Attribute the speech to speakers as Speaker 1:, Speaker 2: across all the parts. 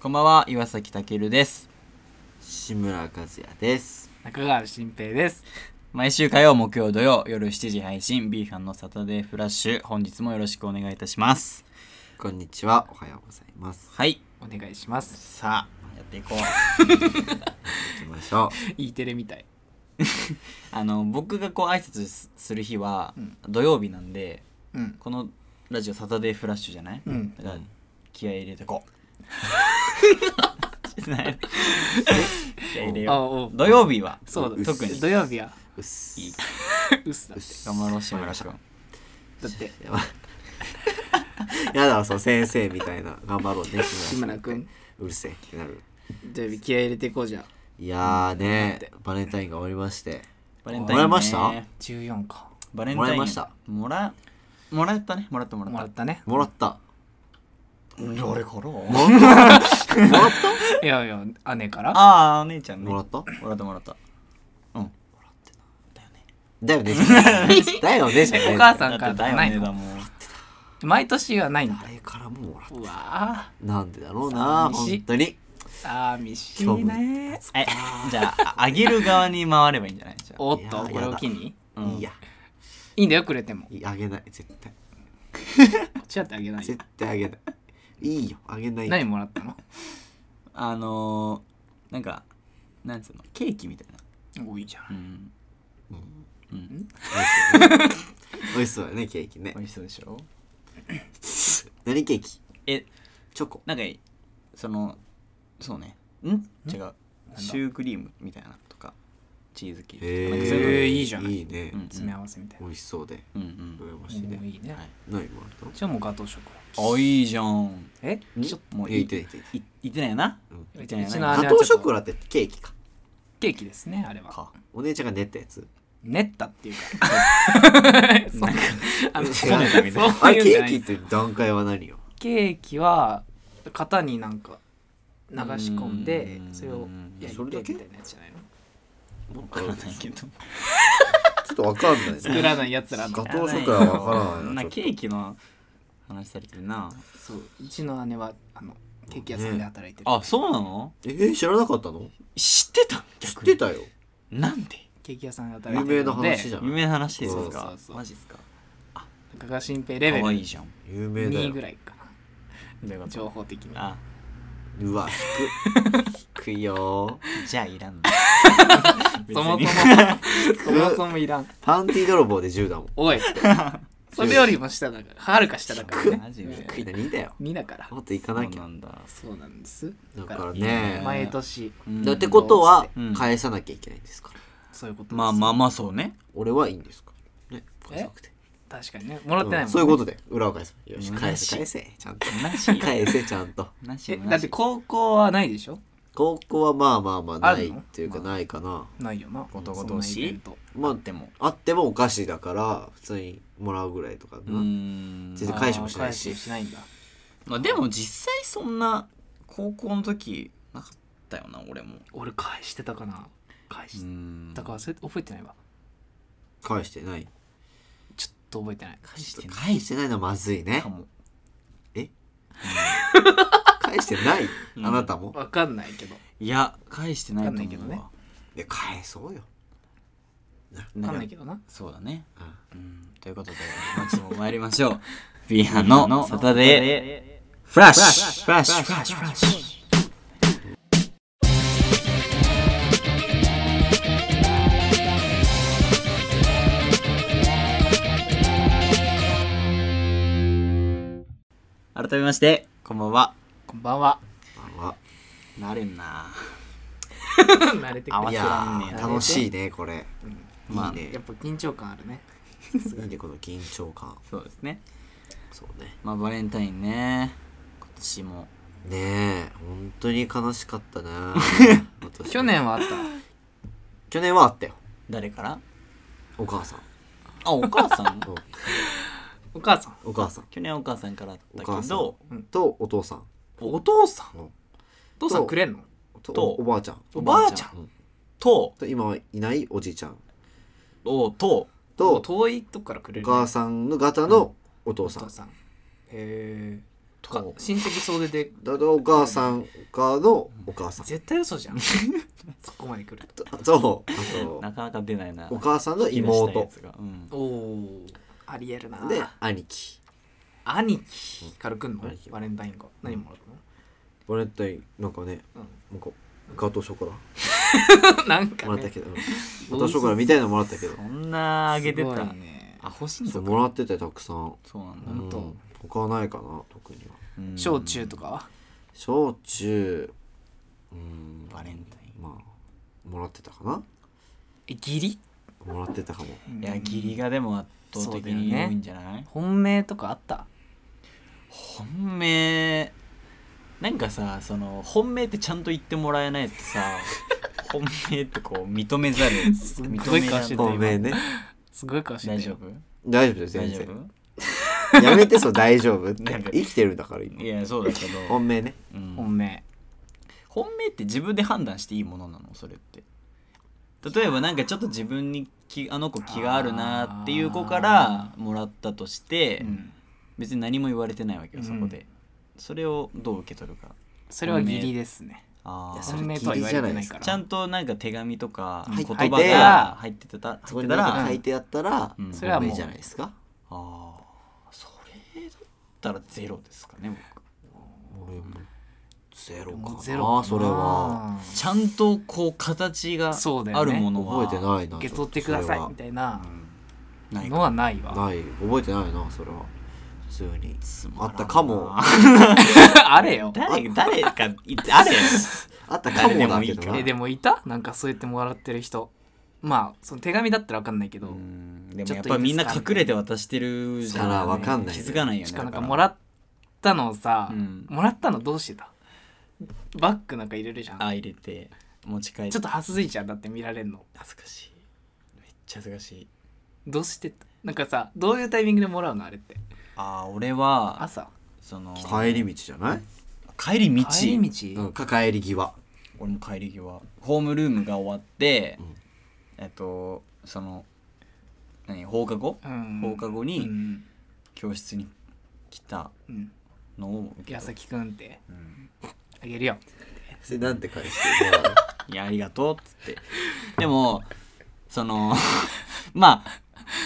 Speaker 1: こんばんは、岩崎健です。
Speaker 2: 志村和也です
Speaker 3: 中川新平です。
Speaker 1: 毎週火曜、木曜、土曜、夜7時配信、B 班のサタデーフラッシュ、本日もよろしくお願いいたします。
Speaker 2: こんにちはおはようございます
Speaker 1: はい、
Speaker 3: お願いします。
Speaker 1: さあ、やっていこう。
Speaker 2: 行きましょ
Speaker 3: E テレみたい。
Speaker 1: あの、僕がこう挨拶すする日は、土曜日なんで、
Speaker 3: うん。
Speaker 1: このラジオサタデーフラッシュじゃない、
Speaker 3: うん
Speaker 1: だから、気合い入れて こう。気合い入れ
Speaker 3: あ
Speaker 1: よ
Speaker 3: お
Speaker 1: う。土曜日は、
Speaker 3: そうだ、
Speaker 1: 特に
Speaker 3: 土。曜日は、
Speaker 2: ううっす
Speaker 1: いいう
Speaker 3: っすだって。
Speaker 1: 頑張ろう、志村君。
Speaker 3: だって、
Speaker 2: やば やだわそう先生みたいな頑張ろうね
Speaker 3: 志村くん、
Speaker 2: うるせえってなる
Speaker 3: 土曜日気合い入れていこうじゃん。
Speaker 2: いやーねバレンタインが終わりまして
Speaker 1: バレンタイン、ね。
Speaker 2: もらいました
Speaker 3: 14か。
Speaker 1: バレンタイン
Speaker 2: もらいました
Speaker 1: もらもらったねもらったもらった
Speaker 3: もらった ね。
Speaker 2: もらった
Speaker 1: うん俺から
Speaker 3: いやいや、姉から
Speaker 1: ああお姉ちゃんね
Speaker 2: もらった
Speaker 1: もらったもらったうん
Speaker 2: だよねじゃないだよねじゃない
Speaker 3: お母さんから
Speaker 1: だってだ
Speaker 3: ない
Speaker 1: よね
Speaker 3: の
Speaker 1: だもん
Speaker 3: 毎年はないんだ。
Speaker 2: 誰からももらっ
Speaker 3: うわ
Speaker 2: たなんでだろうな
Speaker 3: 寂しい
Speaker 2: 本当に
Speaker 3: ぁ、寂し
Speaker 2: 今日
Speaker 3: い
Speaker 2: も
Speaker 3: ね。
Speaker 1: えじゃああげる側に回ればいいんじゃないじゃあ
Speaker 3: おっ
Speaker 2: いや
Speaker 3: と、
Speaker 2: ー
Speaker 3: これを機に。
Speaker 1: うん
Speaker 2: いいや
Speaker 3: いいんだよ、くれても。
Speaker 2: いあげない絶対
Speaker 3: こっちだってあげないよ
Speaker 2: 絶。対あげないいいよあげない
Speaker 3: 何もらったの
Speaker 1: あのー、なんかなんつうのケーキみたいな
Speaker 3: おいいじゃん。
Speaker 1: うんうん
Speaker 2: 美味しそうだねケーキね
Speaker 1: 美味しそうでしょ
Speaker 2: 何ケーキ
Speaker 1: え
Speaker 2: チョコ
Speaker 1: なんかそのそうねん違うシュークリームみたいなのとかチーズケーキとかなんかそういう
Speaker 3: へ
Speaker 2: え
Speaker 3: ーいいじゃない
Speaker 2: いいね
Speaker 1: うん
Speaker 3: 詰め合わせみたい
Speaker 2: 美
Speaker 3: な。
Speaker 2: 味しそうで
Speaker 1: のうんうん
Speaker 2: 羨ましい
Speaker 3: お
Speaker 2: ね
Speaker 3: いいね
Speaker 1: は。い
Speaker 2: 何もらったの
Speaker 3: じゃあもうガトーショコラ。
Speaker 1: あいいじゃん
Speaker 3: えちょっ
Speaker 1: もう
Speaker 2: え
Speaker 1: い
Speaker 2: い
Speaker 1: い
Speaker 2: ていていて
Speaker 1: い言ってないよな
Speaker 2: うん
Speaker 3: と、
Speaker 1: いういじ
Speaker 3: ち
Speaker 1: ゃ
Speaker 3: の
Speaker 1: ない
Speaker 3: 姉は
Speaker 2: ガ
Speaker 3: ち
Speaker 2: ト
Speaker 3: ょっ
Speaker 2: ーショ
Speaker 3: と
Speaker 2: コラってケーキか
Speaker 3: ケーキですね、あれは。
Speaker 1: か
Speaker 2: お姉ちゃんが練ったやつ
Speaker 3: 練ったっていうかそんなあの
Speaker 2: 違う
Speaker 3: そういうんじ
Speaker 2: あれケ
Speaker 3: ゃ
Speaker 2: ー
Speaker 3: ない
Speaker 2: キって段階は何よ
Speaker 3: ケーキは型になんか流し込んで
Speaker 1: うん
Speaker 3: それを焼い
Speaker 2: それだ
Speaker 3: て
Speaker 2: け
Speaker 3: みたいなやつじゃないの
Speaker 2: 分
Speaker 1: わからないけど
Speaker 2: ちょっとわかんないね
Speaker 3: 作らないやつら
Speaker 2: ガ
Speaker 3: の
Speaker 2: トーショコラはわからない
Speaker 1: そんなケーキの話されてるな
Speaker 3: そううちの姉はあのケーキ屋さんで働いてる、
Speaker 1: あそうなの
Speaker 2: えー知らなかったの
Speaker 1: 知ってた
Speaker 2: 知っ
Speaker 1: 逆に
Speaker 2: てたよ
Speaker 1: なんで
Speaker 3: ケーキ屋さんで働
Speaker 2: 有
Speaker 3: いて
Speaker 2: 名
Speaker 3: る
Speaker 2: な
Speaker 3: ので
Speaker 2: 話じゃん
Speaker 1: 夢の話です
Speaker 2: そう
Speaker 3: そ
Speaker 1: か
Speaker 3: うそう
Speaker 1: マジっすか
Speaker 3: 中川新平レベ
Speaker 1: 可愛
Speaker 3: ル
Speaker 1: いじゃん
Speaker 2: 有名だ
Speaker 3: 2
Speaker 2: よ
Speaker 3: ぐらいか
Speaker 1: どういうこ
Speaker 3: な
Speaker 1: と
Speaker 3: 情報的に
Speaker 1: あ
Speaker 2: うわ低い低いよ
Speaker 1: じゃあい らんな
Speaker 3: そもそもそもそもいらん
Speaker 2: パンティー泥棒で10だもん
Speaker 3: おいそれよりも下だからはるか下だからね
Speaker 1: マジで
Speaker 2: 低いな2だよ
Speaker 3: 2だから
Speaker 2: もっと行か
Speaker 1: そ
Speaker 2: な
Speaker 1: う
Speaker 2: き
Speaker 1: な
Speaker 2: ゃ
Speaker 1: んだ
Speaker 3: そうなんです
Speaker 2: だから
Speaker 1: いい
Speaker 2: ね
Speaker 1: ね
Speaker 3: 毎年
Speaker 1: うん
Speaker 2: だってことは
Speaker 1: うん
Speaker 2: 返さなきゃいけないんですから、
Speaker 3: そういうことです
Speaker 1: まあまあまあそうね
Speaker 2: 俺はいいんですからね返さなくて
Speaker 3: 確かにねもらってないもん、ね
Speaker 2: うんそういうことで裏を返すよし
Speaker 1: うん
Speaker 2: 返せ返せちゃんと
Speaker 1: なしよ
Speaker 2: 返せちゃんと
Speaker 1: なし
Speaker 3: え
Speaker 1: よ
Speaker 3: だ
Speaker 1: な
Speaker 3: っ
Speaker 1: してよ
Speaker 3: 高校はないでしょ
Speaker 2: 高校はまあまあまあな
Speaker 3: ある
Speaker 2: い
Speaker 3: の
Speaker 2: っていうかないかな
Speaker 3: ないよな
Speaker 1: 男同士
Speaker 3: そんなイベント
Speaker 2: ま
Speaker 1: あ
Speaker 2: あ
Speaker 1: っても
Speaker 2: あってもお菓子だから普通にもらうぐらいとかだ
Speaker 1: う
Speaker 2: な
Speaker 1: ん
Speaker 2: 全然返しもしない
Speaker 3: あー返し
Speaker 2: し
Speaker 3: もしないんだ
Speaker 1: まあでも実際そんな高校の時なかったよな俺も
Speaker 3: 俺返してたかな返し
Speaker 1: ん
Speaker 3: たか忘れて覚えてないわ
Speaker 2: 返してない
Speaker 3: ちょっと覚えてない
Speaker 1: 返してない
Speaker 2: 返してないのはまずいね
Speaker 1: かも
Speaker 2: 返してない
Speaker 1: うん
Speaker 2: あなたも
Speaker 3: わかんないけど
Speaker 1: いや返してないと思うわ
Speaker 3: わかんないけどね
Speaker 2: で返そうよ
Speaker 3: わ
Speaker 1: な
Speaker 3: かん
Speaker 1: ん
Speaker 3: な
Speaker 1: か
Speaker 3: いけどな
Speaker 1: そうだね
Speaker 2: うん
Speaker 1: うんということ で本日も参りましょ う B 班のサタデーフラッシュフラッシュフラッシュフラッシュ改めましてこんばんは
Speaker 3: こんばんは
Speaker 2: まあ
Speaker 1: なれんな
Speaker 3: 慣れて
Speaker 1: 合
Speaker 3: く
Speaker 1: わ
Speaker 2: い
Speaker 3: れ
Speaker 1: せ
Speaker 2: や
Speaker 1: らんね
Speaker 2: ー楽しいねこれ
Speaker 1: まあ
Speaker 2: いいね
Speaker 3: やっぱ緊張感あるね
Speaker 2: いいねこの緊張感
Speaker 1: そうですね
Speaker 2: そうね
Speaker 1: まあバレンタインね今年も
Speaker 2: ねえ本当に悲しかったね今年
Speaker 3: 去年はあった
Speaker 2: 去年はあったよ
Speaker 1: 誰から
Speaker 2: お母さん
Speaker 1: あお母さん
Speaker 3: お母さん
Speaker 2: お母さん
Speaker 1: 去年お母さんからだった
Speaker 2: お母
Speaker 1: け
Speaker 2: さ
Speaker 1: ど
Speaker 2: んとお父さん
Speaker 1: お父さん
Speaker 3: お父さんくれんの
Speaker 2: と
Speaker 1: と
Speaker 2: おばあちゃん
Speaker 1: おばあちゃ
Speaker 2: うん
Speaker 1: んと
Speaker 2: と今はいないおじいちゃん
Speaker 1: おと
Speaker 2: と
Speaker 3: 遠いとこからくれ
Speaker 2: お
Speaker 3: る
Speaker 2: 母さんの方のお父
Speaker 3: お
Speaker 2: さん
Speaker 3: 父さんへえとか
Speaker 2: お
Speaker 3: 親戚総出で
Speaker 2: だからお母さんかのお母さ ん
Speaker 3: 絶対嘘じゃ んそこまで来る
Speaker 2: とあとあと
Speaker 1: なかなか出ないな
Speaker 2: お母さんの妹
Speaker 1: 出したやつがうん
Speaker 3: とおーありえるな
Speaker 2: で兄貴
Speaker 3: 兄貴から来んの
Speaker 2: 兄貴
Speaker 3: バレンタインが何もらう
Speaker 2: バレンタインなんかね
Speaker 3: の、
Speaker 2: なんかガトーショコラ
Speaker 3: うん、なんか、ね、
Speaker 2: もらった けど、うんガトーショコラみたいなのもらったけど
Speaker 1: そんなあげて
Speaker 3: す
Speaker 1: た
Speaker 3: ごいね
Speaker 1: あ欲しいん
Speaker 2: そう
Speaker 1: だ
Speaker 2: もらっててたくさん
Speaker 1: そうなんだ
Speaker 2: う
Speaker 3: 本当
Speaker 2: ん他はないかな特には
Speaker 1: うん
Speaker 3: 小中とかは
Speaker 2: 小中うん
Speaker 1: バレンタイ
Speaker 2: まあもらってたかな
Speaker 3: え義理
Speaker 2: もらってたかも
Speaker 1: ンいや義理がでも圧倒的に多いんじゃない、
Speaker 3: 本命とかあった
Speaker 1: 本命なんかさその本命ってちゃんと言ってもらえないとさ本命ってこう認めざる
Speaker 3: すっ
Speaker 1: 認
Speaker 3: ごい
Speaker 1: めら
Speaker 3: 顔
Speaker 1: れ
Speaker 3: して
Speaker 1: ない
Speaker 3: た今
Speaker 2: 本命ね
Speaker 3: すごい顔してたよ
Speaker 1: 大丈夫
Speaker 2: 大丈夫です
Speaker 1: 大
Speaker 2: 全
Speaker 1: 丈
Speaker 2: 然
Speaker 1: 夫
Speaker 2: やめてそう大丈夫って
Speaker 1: なんで
Speaker 2: 生きてるんだから今
Speaker 1: いやそうだけど、
Speaker 2: 本命ね
Speaker 1: うん
Speaker 3: 本命
Speaker 1: 本命って自分で判断していいものなのそれって例えばなんかちょっと自分に気あの子気があるなっていう子からもらったとして、
Speaker 3: うん
Speaker 1: 別に何も言われてないわけよそこで、
Speaker 3: うん
Speaker 1: それをどう受け取るか
Speaker 3: それは義理ですね
Speaker 1: あ
Speaker 3: い
Speaker 1: ー
Speaker 3: や本命とは言われてないから
Speaker 1: ちゃんとなんか手紙とか
Speaker 2: 入
Speaker 1: 言
Speaker 2: っ
Speaker 1: 葉
Speaker 2: 入って
Speaker 1: が入ってた
Speaker 2: そ
Speaker 1: 入っ
Speaker 2: こ
Speaker 1: て
Speaker 2: に
Speaker 1: たら
Speaker 2: 何か書
Speaker 1: あ
Speaker 2: いてあったら
Speaker 1: うん
Speaker 3: それはもう
Speaker 2: 本命じゃないですか
Speaker 1: あーそれだったらゼロですかね僕
Speaker 2: 俺もゼロか
Speaker 3: も
Speaker 2: な
Speaker 3: うゼロかな
Speaker 2: それは
Speaker 1: ちゃんとこう形が
Speaker 3: そうだよね
Speaker 1: あるものは
Speaker 2: 覚えてないな
Speaker 3: 受け取ってくださいみ
Speaker 2: い
Speaker 3: たいな
Speaker 1: うんない
Speaker 3: の
Speaker 1: か
Speaker 3: はないわ
Speaker 2: ない覚えてないなそれは普通に
Speaker 1: つまらん
Speaker 2: あっ
Speaker 1: な
Speaker 2: たかも
Speaker 3: あれよ
Speaker 1: 誰誰かいあ れ
Speaker 2: あったかも
Speaker 1: 誰
Speaker 2: だ
Speaker 1: でもい
Speaker 2: け
Speaker 1: い
Speaker 2: ど
Speaker 1: か
Speaker 2: な
Speaker 1: ら
Speaker 3: えでもいたなんかそうやってもらってる人まあその手紙だったら分かんないけど、
Speaker 1: でもやっぱみんな隠れて渡してるじゃん
Speaker 2: たらわかんない
Speaker 1: 気
Speaker 2: ね
Speaker 1: づかないよね
Speaker 3: しかもなん
Speaker 1: だ
Speaker 3: からもらったのをさ、
Speaker 1: うん
Speaker 3: もらったのどうしてたバッグなんか入れるじゃん
Speaker 1: あ入れて持ち帰って
Speaker 3: ちょっと恥ずいじゃんだって見られんの
Speaker 1: 恥ずかしいめっちゃ恥ずかしい
Speaker 3: どうしてたなんかさどういうタイミングでもらうのあれって
Speaker 1: ああ俺は
Speaker 3: 朝
Speaker 1: その
Speaker 2: 帰り道じゃない
Speaker 1: 帰り道
Speaker 3: 帰り道、
Speaker 2: うんか帰り際
Speaker 1: 俺も帰り際ホームルームが終わって、
Speaker 2: ん
Speaker 1: えっとその何放課後、
Speaker 3: うん
Speaker 1: 放課後
Speaker 3: う
Speaker 1: に
Speaker 3: ん、
Speaker 1: 教室に来た
Speaker 3: うん、
Speaker 1: のを受け取
Speaker 3: 矢崎くんって
Speaker 1: うん
Speaker 3: あげるよ
Speaker 2: それなんて返してる
Speaker 1: いやありがとうっつってでもその まあ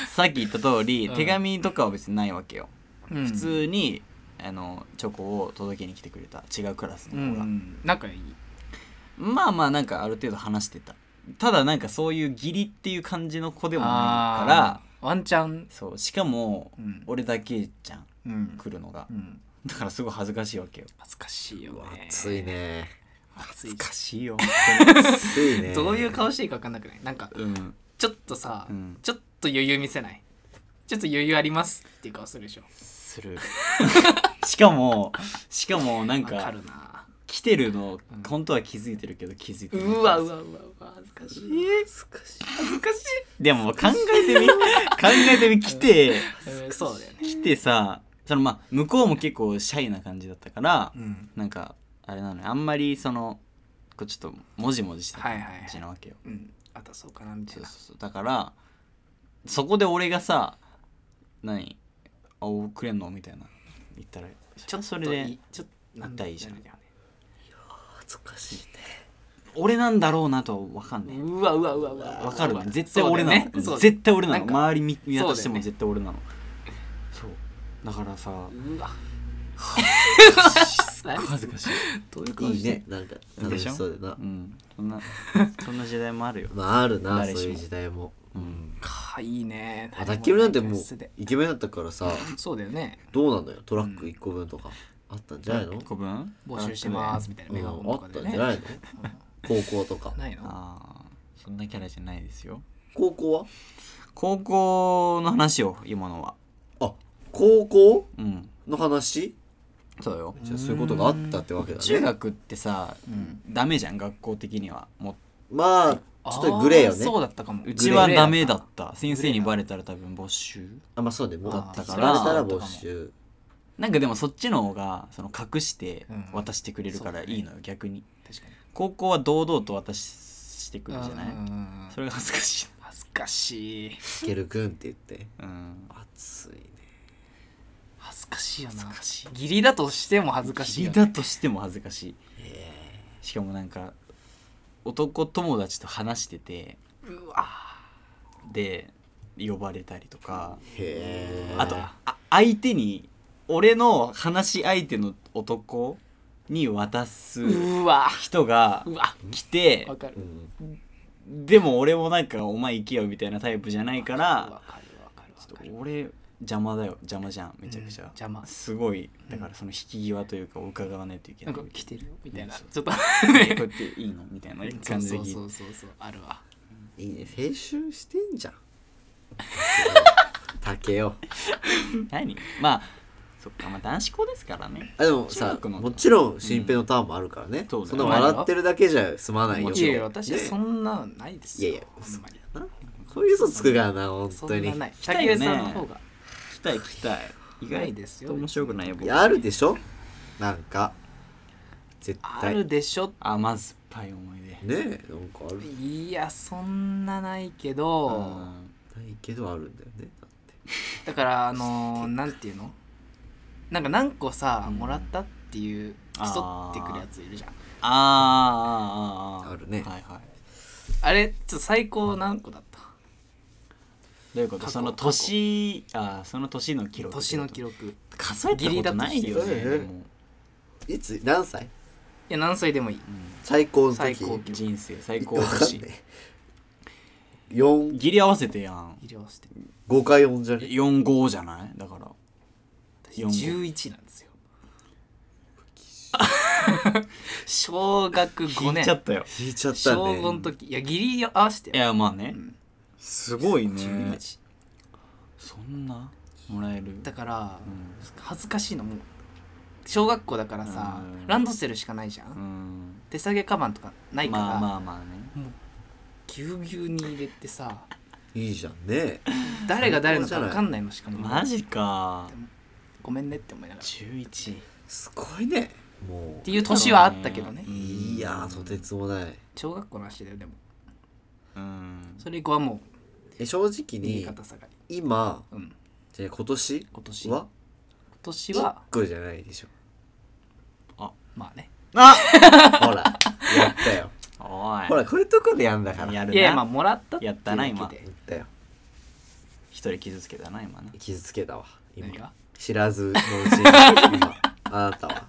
Speaker 1: さっき言った通り、
Speaker 3: うん
Speaker 1: 手紙とかは別にないわけよ、
Speaker 3: 普
Speaker 1: 普通にあのチョコを届けに来てくれた違うクラス
Speaker 3: う
Speaker 1: の子が、
Speaker 3: ん仲いい
Speaker 1: まあまあなんかある程度話してたただなんかそういう義理っていう感じの子でもないから
Speaker 3: らワンチャン
Speaker 1: そうしかも
Speaker 3: うん
Speaker 1: 俺だけじゃん
Speaker 3: うん
Speaker 1: 来るのが
Speaker 3: うん
Speaker 1: だからすごい恥ずかしいわけよ
Speaker 3: 恥ずかしいよ
Speaker 2: わ
Speaker 3: ね
Speaker 2: 暑いね
Speaker 3: 暑
Speaker 1: 恥
Speaker 3: い
Speaker 1: ず
Speaker 3: し
Speaker 1: かしい よ本
Speaker 2: 暑いね
Speaker 3: どういう顔していいか分かんなくないなんか
Speaker 1: 当にうん
Speaker 3: ちょっとさ、
Speaker 1: うん
Speaker 3: ちょっと余裕見せないちょっと余裕ありますっていう顔するでしょ
Speaker 1: する しかもしかもなん
Speaker 3: わか
Speaker 1: か
Speaker 3: るな
Speaker 1: 来てるの
Speaker 3: うん
Speaker 1: 本当は気づいてるけど気づいてないう
Speaker 3: わうわうわうわ恥ずかしい恥ずかしい恥ずかし
Speaker 1: でも考え てみ考えてみ来て
Speaker 3: いうんそうだよね
Speaker 1: 来てさそのまあ向こうも結構シャイな感じだったから
Speaker 3: うん
Speaker 1: なんかあれなのよあんまりそのこうちょっともじもじした感
Speaker 3: はいはいはい
Speaker 1: じなわけよ、
Speaker 3: うんあとそうかなみたい
Speaker 1: そう
Speaker 3: な
Speaker 1: そうそうだからそこで俺がさ何あくれんのみたいな言ったらちょっとそれで
Speaker 3: いちょっと
Speaker 1: あったらいいじゃん
Speaker 3: なだよね
Speaker 2: 恥ずかしいね
Speaker 1: 俺なんだろうなとは分かんね
Speaker 3: うわうわうわうわ
Speaker 1: え分かるね絶対
Speaker 3: そうだ
Speaker 1: 俺
Speaker 3: よ
Speaker 1: なの、
Speaker 3: ねそうだよ
Speaker 1: 絶対俺なの
Speaker 3: なんか
Speaker 1: 周り見見渡して
Speaker 3: そうだよ
Speaker 1: も
Speaker 3: ね
Speaker 1: 絶対俺なのそうだからさ
Speaker 3: うわ
Speaker 1: 恥ずかしい、
Speaker 3: どういう顔
Speaker 2: い
Speaker 3: し
Speaker 2: い
Speaker 3: て
Speaker 2: ねなんか
Speaker 1: で
Speaker 2: 楽
Speaker 1: しょ
Speaker 2: しそうだな
Speaker 1: うん、そんなそんな時代もあるよ、
Speaker 2: まああるな
Speaker 1: 誰し
Speaker 2: そう
Speaker 1: も
Speaker 2: いう時代も
Speaker 1: うん、
Speaker 3: かいいね
Speaker 2: あ卓球なんてもう
Speaker 3: 素で
Speaker 2: イケメンだったから さ
Speaker 3: そうだよね
Speaker 2: どうなのよトラック1個分とかあったんじゃないの
Speaker 1: 古文
Speaker 3: 募集してますみたいなメガホン
Speaker 2: うんあ
Speaker 3: と
Speaker 2: っ
Speaker 3: か
Speaker 2: た
Speaker 3: で
Speaker 2: んじ
Speaker 3: ね
Speaker 2: ゃ ないの高校とか
Speaker 3: ないの
Speaker 1: ああそんなキャラじゃないですよ
Speaker 2: 高校は
Speaker 1: 高校の話を今のは
Speaker 2: あ高校
Speaker 1: うん
Speaker 2: の話
Speaker 1: そうよ
Speaker 2: じゃあそういうことがあったってわけだね
Speaker 1: 中学ってさ、
Speaker 3: ん
Speaker 1: ダメじゃん学校的にはも
Speaker 2: まあちょっとグレーよね
Speaker 3: あそうだったかも
Speaker 1: ううちはダメだった先生にバレたら多分没収
Speaker 2: あまあそうねもう
Speaker 3: あー
Speaker 2: だ
Speaker 1: だ
Speaker 2: か
Speaker 1: から
Speaker 2: らしたら没収
Speaker 1: なんかでもそっちの方がその隠して
Speaker 3: うん
Speaker 1: 渡してくれるからいいのよ、逆に
Speaker 3: 確かに
Speaker 1: 高校は堂々と渡してくるじゃない、
Speaker 3: うんうんうん
Speaker 1: それが恥ずかしい、
Speaker 3: 恥ずかしい
Speaker 2: ケルくんって言って
Speaker 1: うん、
Speaker 2: 暑いね
Speaker 3: 恥ずかしいよな
Speaker 1: 恥ずかしい
Speaker 3: 義理だとしても恥ずかしいよね、
Speaker 1: 義理だとしても恥ずかしいしかもなんか男友達と話してて
Speaker 3: うわ
Speaker 1: で呼ばれたりとか
Speaker 2: へえ
Speaker 1: あとあ相手に俺の話し相手の男に渡す
Speaker 3: うわ
Speaker 1: 人が
Speaker 3: うわ
Speaker 1: 来て
Speaker 3: わかる
Speaker 2: うん
Speaker 1: でも俺もなんかお前行けよみたいなタイプじゃないから
Speaker 3: わかるわかるわ
Speaker 1: ちょっ
Speaker 3: か
Speaker 1: と
Speaker 3: る
Speaker 1: 俺邪魔だよ邪魔じゃんめちゃくちゃ、
Speaker 3: うん邪魔
Speaker 1: すごいだからその引き際というか伺わないといけ
Speaker 3: な
Speaker 1: ない
Speaker 3: んか来てるよみたいな
Speaker 1: そう
Speaker 3: ちょっと
Speaker 1: えこうやっていいのみたいな感じで
Speaker 3: そう
Speaker 1: 聞いて
Speaker 3: そうそうそうあるわ
Speaker 2: いいね青春してん じゃん竹よ
Speaker 1: 何まあそっかまあ男子校ですからね
Speaker 2: あでも
Speaker 1: 中
Speaker 2: さ
Speaker 1: 学の
Speaker 2: もちろん新平のターンもあるからね、
Speaker 1: そうだよ
Speaker 2: そんな笑ってるだけじゃ済まないよ
Speaker 1: も
Speaker 3: い
Speaker 1: ち
Speaker 3: や
Speaker 1: ろ
Speaker 3: い
Speaker 1: ん
Speaker 3: や私はそんなのないですよ
Speaker 2: いやいや
Speaker 3: ほんまに
Speaker 2: こういう嘘つくからな本
Speaker 3: そ
Speaker 2: 当
Speaker 3: ん
Speaker 2: に
Speaker 3: なない
Speaker 1: 来たよ
Speaker 3: 竹
Speaker 1: ね
Speaker 3: 内さんの方が
Speaker 1: 聞きたい聞きたい意
Speaker 3: ない
Speaker 1: 外
Speaker 3: ですよ
Speaker 1: と面白くないよ
Speaker 2: い
Speaker 1: 僕
Speaker 2: やあるでしょなんか絶
Speaker 3: あ
Speaker 2: 対
Speaker 3: る
Speaker 2: ね
Speaker 3: でしょ
Speaker 1: 甘酸っぱい思い出
Speaker 2: えなんかある
Speaker 3: いやそんなないけど
Speaker 1: うん
Speaker 2: ないけどあるんだよねだって
Speaker 3: だからあのーなんていうのなんか何個さ
Speaker 1: うん
Speaker 3: もらったっていう競ってくるやついるじゃん
Speaker 1: あーあーあーあー
Speaker 2: あるね
Speaker 1: はいはい
Speaker 3: あれちょっと最高何個だった
Speaker 1: どういうこと
Speaker 3: 過去
Speaker 1: その年あーその年の記録
Speaker 3: 年の記録い
Speaker 1: 数えたことないよね
Speaker 2: ギリだとし
Speaker 1: で
Speaker 2: て
Speaker 1: も
Speaker 2: いつ何歳
Speaker 3: や何歳でもいい
Speaker 2: 最高の時
Speaker 3: 最高
Speaker 1: うん人生最高
Speaker 2: わかん
Speaker 1: 年
Speaker 2: ねえ4
Speaker 1: ギリ合わせてやん
Speaker 3: 医療して
Speaker 2: 5回4じゃね
Speaker 1: 45じゃないだから
Speaker 3: 私
Speaker 1: 四個
Speaker 3: 11なんですよ小学5
Speaker 1: 聞い
Speaker 3: 年
Speaker 1: ちゃったよ
Speaker 2: 引いちゃったね
Speaker 3: 小5の時いや義理合わせて
Speaker 1: いやまあねすごいね
Speaker 3: 11
Speaker 1: そんなもらえる
Speaker 3: だから
Speaker 1: うん
Speaker 3: 恥ずかしいのもう小学校だからさ
Speaker 1: うん
Speaker 3: ランドセルしかないじゃ
Speaker 1: う
Speaker 3: ん
Speaker 1: ん
Speaker 3: 手提げカバンとかないから、
Speaker 1: まあまあまあね
Speaker 3: ぎゅうぎゅうに入れてさ
Speaker 2: いいじゃんね
Speaker 3: 誰が誰のか分かんないのしかも
Speaker 1: マジか
Speaker 3: ごめんねって思いながらっ
Speaker 1: 11
Speaker 2: すごいねも
Speaker 3: ていう年はあったけどね
Speaker 1: うん
Speaker 2: ういやーとてつもない
Speaker 3: 小学校の話だよでも
Speaker 1: うん
Speaker 3: それ以降はも
Speaker 2: え正直
Speaker 3: う右
Speaker 2: に
Speaker 3: 肩下がり
Speaker 2: 今
Speaker 3: うん
Speaker 2: じゃあ今年
Speaker 3: 今年
Speaker 2: は
Speaker 3: 今年
Speaker 2: 1
Speaker 3: は
Speaker 2: 個じゃないでしょ
Speaker 3: まあね
Speaker 1: あ
Speaker 2: ほらやったよ
Speaker 1: おい
Speaker 2: ほらこういうとこでやんだからや
Speaker 1: やる
Speaker 3: いやいやま
Speaker 1: な
Speaker 3: あもらったっていうだけで
Speaker 1: やったな
Speaker 2: ったよ
Speaker 1: 一人傷つけたな今な
Speaker 2: 傷つけたわ
Speaker 3: 何
Speaker 2: 今
Speaker 3: が
Speaker 2: 知らずのうちに今あなたは